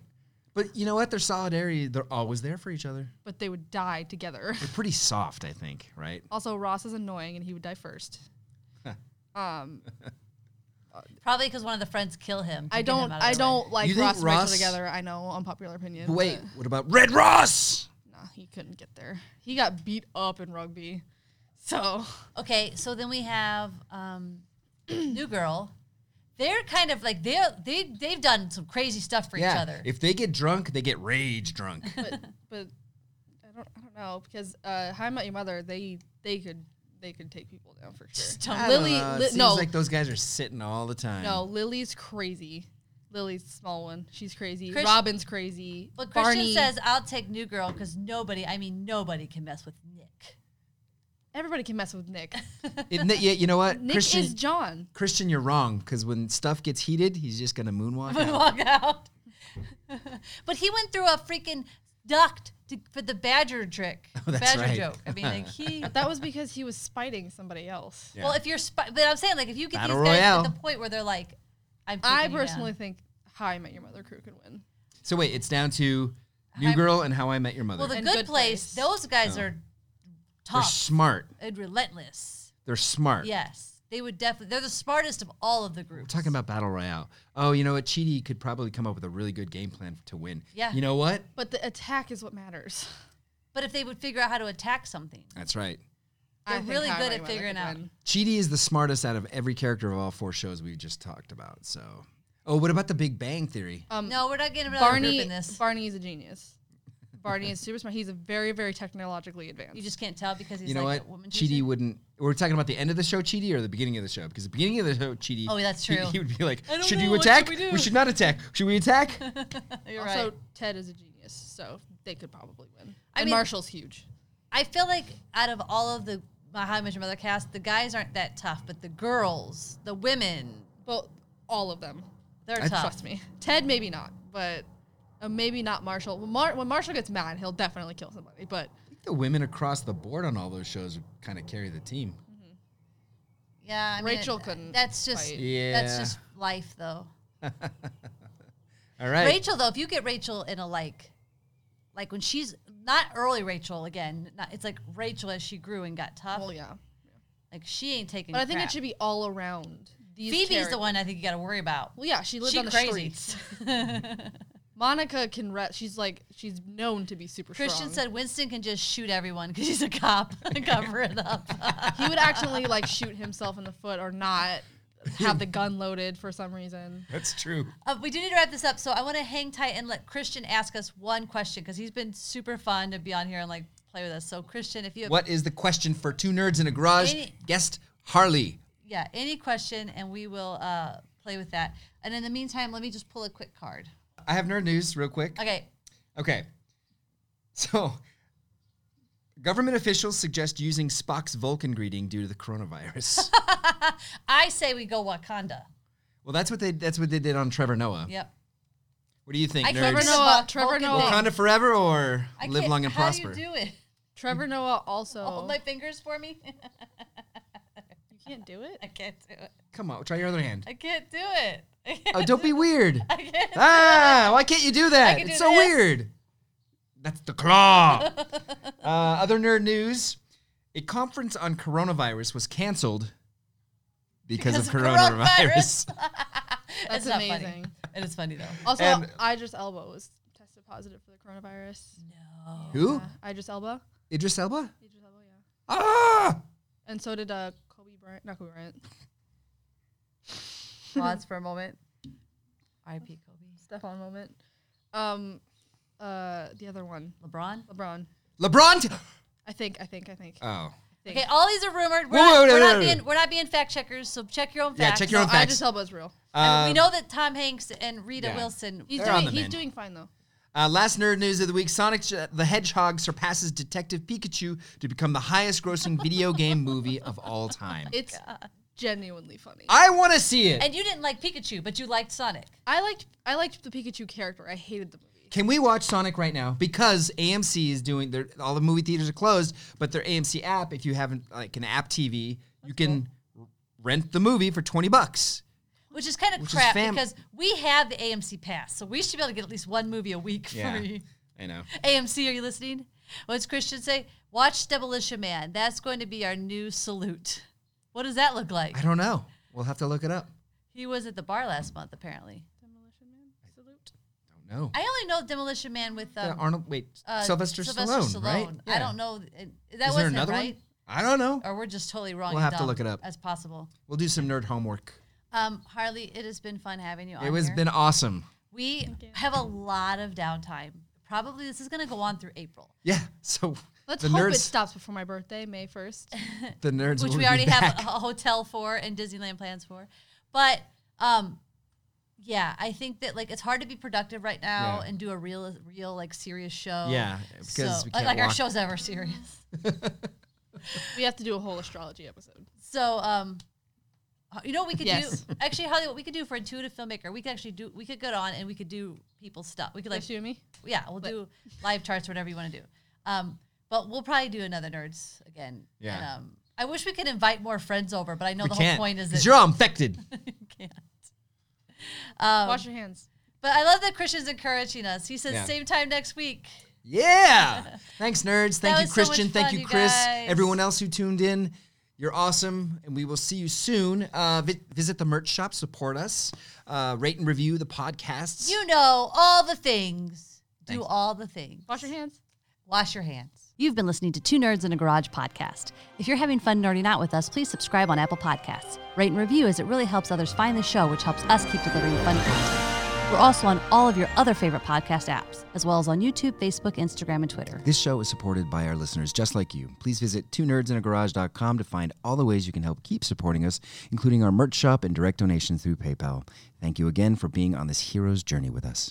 S2: But you know what? Their solidarity, they're always there for each other.
S3: But they would die together.
S2: They're pretty soft, I think, right?
S3: Also, Ross is annoying and he would die first. um,
S1: Probably because one of the friends kill him. to
S3: I
S1: get him
S3: don't.
S1: out of
S3: I
S1: the way.
S3: don't like
S2: You think
S3: Ross and Rachel
S2: Ross-
S3: together. I know, unpopular opinion.
S2: But wait,
S3: but
S2: what about Red Ross?
S3: nah, he couldn't get there. He got beat up in rugby. So
S1: Okay, so then we have um, New Girl. They're kind of like they're they they've done some crazy stuff for each other.
S2: If they get drunk, they get rage drunk.
S3: but but I don't I don't know because uh, How I Met Your Mother they they could they could take people down for sure.
S1: Don't-
S2: I don't
S3: Lily,
S2: know. It
S3: Li-
S2: seems
S3: no,
S2: like those guys are sitting all the time.
S3: no, Lily's crazy. Lily's the small one. She's crazy.
S1: Chris-
S3: Robin's crazy.
S1: but Christian
S3: Barney-
S1: says, "I'll take New Girl because nobody, I mean nobody, can mess with Nick."
S3: everybody can mess with Nick.
S2: It- yeah, you know what?
S3: Nick
S2: Christian,
S3: is John.
S2: Christian, you're wrong. Because when stuff gets heated, he's just gonna moonwalk.
S1: Would
S2: out.
S1: walk out. but he went through a freaking duct to, for the badger trick,
S2: Oh, that's
S1: badger
S2: right.
S1: joke. I mean, like he.
S3: That was because he was spiting somebody else.
S2: Yeah.
S1: Well, if you're, spy- but I'm saying like if you get
S2: Battle
S1: these guys
S2: Royale.
S1: at the point where they're like, "I'm,"
S3: I
S1: taking you down.
S3: personally think How I Met Your Mother crew could win.
S2: So wait, it's down to New
S1: Hi-
S2: Girl and How I Met Your Mother.
S1: Well, the
S3: And
S1: good,
S3: Good
S1: place,
S3: Place.
S1: those guys
S2: Oh.
S1: are
S2: They're
S1: tough
S2: smart.
S1: and relentless.
S2: They're smart.
S1: Yes, they would definitely. They're the smartest of all of the
S2: We're
S1: groups.
S2: talking about battle royale. Oh, you know what? Chidi could probably come up with a really good game plan to win.
S1: Yeah.
S2: You know what?
S3: But the attack is what matters.
S1: but if they would figure out how to attack something,
S2: That's right.
S1: They're
S3: think
S1: really
S3: How I
S1: good
S3: Met
S1: at
S3: Your Mother
S1: figuring
S3: could
S1: out.
S3: win.
S2: Chidi is the smartest out of every character of all four shows we just talked about. So, oh, what about the Big Bang Theory?
S3: Um,
S1: no, we're not getting another
S3: Barney.
S1: group in this.
S3: Barney is a genius. Barney is super smart. He's a very, very technologically advanced.
S1: you just can't tell because he's
S2: you know
S1: like
S2: what?
S1: a woman.
S2: Chidi
S1: teacher.
S2: wouldn't. We're talking about the end of the show, Chidi, or the beginning of the show? Because the beginning of the show, Chidi.
S1: Oh, that's
S2: he-
S1: true.
S2: He, would be like,
S1: I don't
S2: "Should
S1: know,
S2: you
S1: what should
S2: attack?
S1: we do?"
S2: should not attack. Should we attack?"
S1: You're
S3: also,
S1: right.
S3: Ted is a genius, so they could probably win.
S1: I
S3: and
S1: mean-
S3: Marshall's huge.
S1: I feel like out of all of the My How I Met Your Mother cast, the guys aren't that tough, but the girls, the women,
S3: Well, all of them.
S1: they're
S2: I-
S1: tough.
S3: Trust me. Ted, maybe not, but uh, maybe not Marshall. When, Mar- when Marshall gets mad, he'll definitely kill somebody. But
S2: the women across the board on all those shows kind of carry the team.
S1: Yeah, I mean,
S3: Rachel
S1: it-
S3: couldn't
S1: That's just
S3: fight.
S1: that's
S2: Yeah.
S1: just life, though.
S2: All right.
S1: Rachel, though, if you get Rachel in a like, like when she's not early Rachel again, not, it's like Rachel as she grew and got tough.
S3: well, yeah.
S1: Like she ain't taking.
S3: But I think
S1: crap.
S3: it should be all around. These
S1: Phoebe's
S3: characters.
S1: the one I think you got to worry about.
S3: Well, yeah, she lives
S1: She
S3: on the
S1: crazy.
S3: streets. Monica can rest. She's like she's known to be super
S1: Christian
S3: strong.
S1: said Winston can just shoot everyone because he's a cop and cover it up. Uh,
S3: he would accidentally like shoot himself in the foot or not have the gun loaded for some reason.
S2: That's true.
S1: Uh, we do need to wrap this up, so I want to hang tight and let Christian ask us one question because he's been super fun to be on here and like play with us. So Christian, if you have
S2: What is the question for two nerds in a garage?
S1: Any-
S2: Guest Harley.
S1: yeah any question, and we will uh, play with that. And in the meantime, let me just pull a quick card.
S2: I have nerd news real quick.
S1: Okay,
S2: Okay. So, government officials suggest using Spock's Vulcan greeting due to the coronavirus.
S1: I say we go Wakanda.
S2: well, that's what they that's what they did on Trevor Noah.
S1: Yep.
S2: What do you think,
S1: I
S2: nerds?
S1: can't
S3: Trevor
S1: Nerds.
S3: Noah,
S1: Vulcan
S3: Trevor
S1: thing.
S3: Noah,
S2: Wakanda forever or
S1: I
S2: live
S1: can't-
S2: long and
S1: how
S2: prosper?
S1: do you do it?
S3: Trevor Noah also.
S1: Hold my fingers for me.
S3: you can't do it.
S1: I can't do it.
S2: Come on, try your other hand.
S1: I can't do it. I can't
S2: Oh, don't be weird.
S1: I can't.
S2: ah, why can't you do that?
S1: can
S2: It's
S1: do
S2: so
S1: this.
S2: weird. That's the claw. uh, other nerd news: a conference on coronavirus was canceled because, of
S1: It's
S2: coronavirus.
S3: That's
S1: not funny.
S3: amazing.
S1: It is funny though.
S3: Also,
S2: And-
S3: Idris Elba was tested positive for the coronavirus.
S2: Who?
S3: Yeah, Idris Elba.
S2: Idris Elba.
S3: Idris Elba, yeah.
S2: Ah,
S3: And so did uh, Kobe Bryant. Not Kobe Bryant.
S1: Pause for a moment. R.I.P. Kobe.
S3: Stephon moment. Um, uh, the other one,
S1: LeBron.
S3: LeBron.
S2: LeBron. T-
S3: I think. I think. I think.
S2: oh,
S3: think.
S1: Okay, all these are rumored. We're,
S2: Whoa,
S1: not,
S2: whoa, whoa,
S1: we're, not
S2: whoa, whoa.
S1: being, we're not being fact checkers, so check your own
S2: Yeah,
S1: facts.
S2: check your own
S3: No,
S2: facts.
S3: Idris Elba's real.
S1: I mean,
S2: Uh,
S1: we know that Tom Hanks and Rita
S2: yeah.
S1: Wilson.
S3: He's
S2: They're on
S3: doing.
S2: the
S3: He's
S2: mend.
S3: doing fine though.
S2: Uh, last nerd news of the week: Sonic sh- the Hedgehog surpasses Detective Pikachu to become the highest-grossing video game movie of all time.
S3: It's genuinely funny.
S2: I want to see it.
S1: And you didn't like Pikachu, but you liked Sonic.
S3: I liked I liked the Pikachu character. I hated the movie.
S2: Can we watch Sonic right now? Because AMC is doing their all the movie theaters are closed, but their AMC app, if you haven't like an app TV, you can rent the movie for twenty bucks.
S1: Which is kind of
S2: Which is
S1: crap
S2: fam-
S1: because we have the AMC pass, so we should be able to get at least one movie a week
S2: Yeah.
S1: free.
S2: I know.
S1: AMC, are you listening? What's Christian say? Watch Demolition Man. That's going to be our new salute. What does that look like?
S2: I don't know. We'll have to look it up.
S1: He was at the bar last month, apparently.
S3: Demolition Man salute.
S2: Don't know.
S1: I only know Demolition Man with um,
S2: Yeah, Arnold, wait,
S1: uh,
S2: Sylvester, Stallone, right?
S1: I
S2: Yeah.
S1: don't know. uh, That
S2: Is
S1: was
S2: there another
S1: right?
S2: one? I don't know.
S1: Or we're just totally wrong.
S2: We'll
S1: and
S2: have to
S1: dumb
S2: look it up.
S1: as possible.
S2: We'll do some nerd homework.
S1: Um, Harley, it has been fun having you. on
S2: It has
S1: here.
S2: been awesome.
S1: We have a lot of downtime. Probably this is going to go on through April,
S2: Yeah. So
S3: Let's
S2: the
S3: hope
S2: nerds,
S3: it stops before my birthday, May first.
S2: the nerds,
S1: which
S2: will
S1: we
S2: be
S1: already have
S2: back.
S1: a, a hotel for and Disneyland plans for. But um, yeah, I think that like it's hard to be productive right now
S2: Yeah.
S1: and do a real, real like serious show.
S2: Yeah, because
S1: So-
S2: we can't
S1: like our
S2: walk.
S1: show's ever serious.
S3: we have to do a whole astrology episode.
S1: So, um, you know what we could
S3: Yes.
S1: do? Actually, Holly, what we could do for intuitive filmmaker, we could actually do. We could go on and we could do people's stuff. We could like,
S3: Like, me.
S1: yeah, we'll do live charts, whatever you want to do. Um, but we'll probably do another nerds again.
S2: Yeah.
S1: And, um, I wish we could invite more friends over, but I know
S2: we
S1: the
S2: can't.
S1: whole point is
S2: 'cause
S1: that
S2: you're all infected.
S1: can't. Um,
S3: Wash your hands.
S1: but I love that Christian's encouraging us. He says,
S2: Yeah.
S1: same time next week.
S2: Yeah. Thanks, nerds. Thank you,
S1: was so much
S2: Christian. Thank
S1: fun,
S2: you,
S1: you
S2: Chris.
S1: guys.
S2: Everyone else who tuned in, you're awesome, and we will see you soon. Uh, vi- visit the merch shop, support us, uh, rate and review the podcasts.
S1: You know all the things. Do
S2: Thanks.
S1: all the things.
S3: Wash your hands.
S1: Wash your hands. You've been listening to Two Nerds in a Garage podcast. If you're having fun nerding out with us, please subscribe on Apple Podcasts. Rate and review as it really helps others find the show, which helps us keep delivering fun content. We're also on all of your other favorite podcast apps, as well as on YouTube, Facebook, Instagram, and Twitter.
S2: This show is supported by our listeners just like you. Please visit twonerdsinagarage.com to find all the ways you can help keep supporting us, including our merch shop and direct donations through PayPal. Thank you again for being on this hero's journey with us.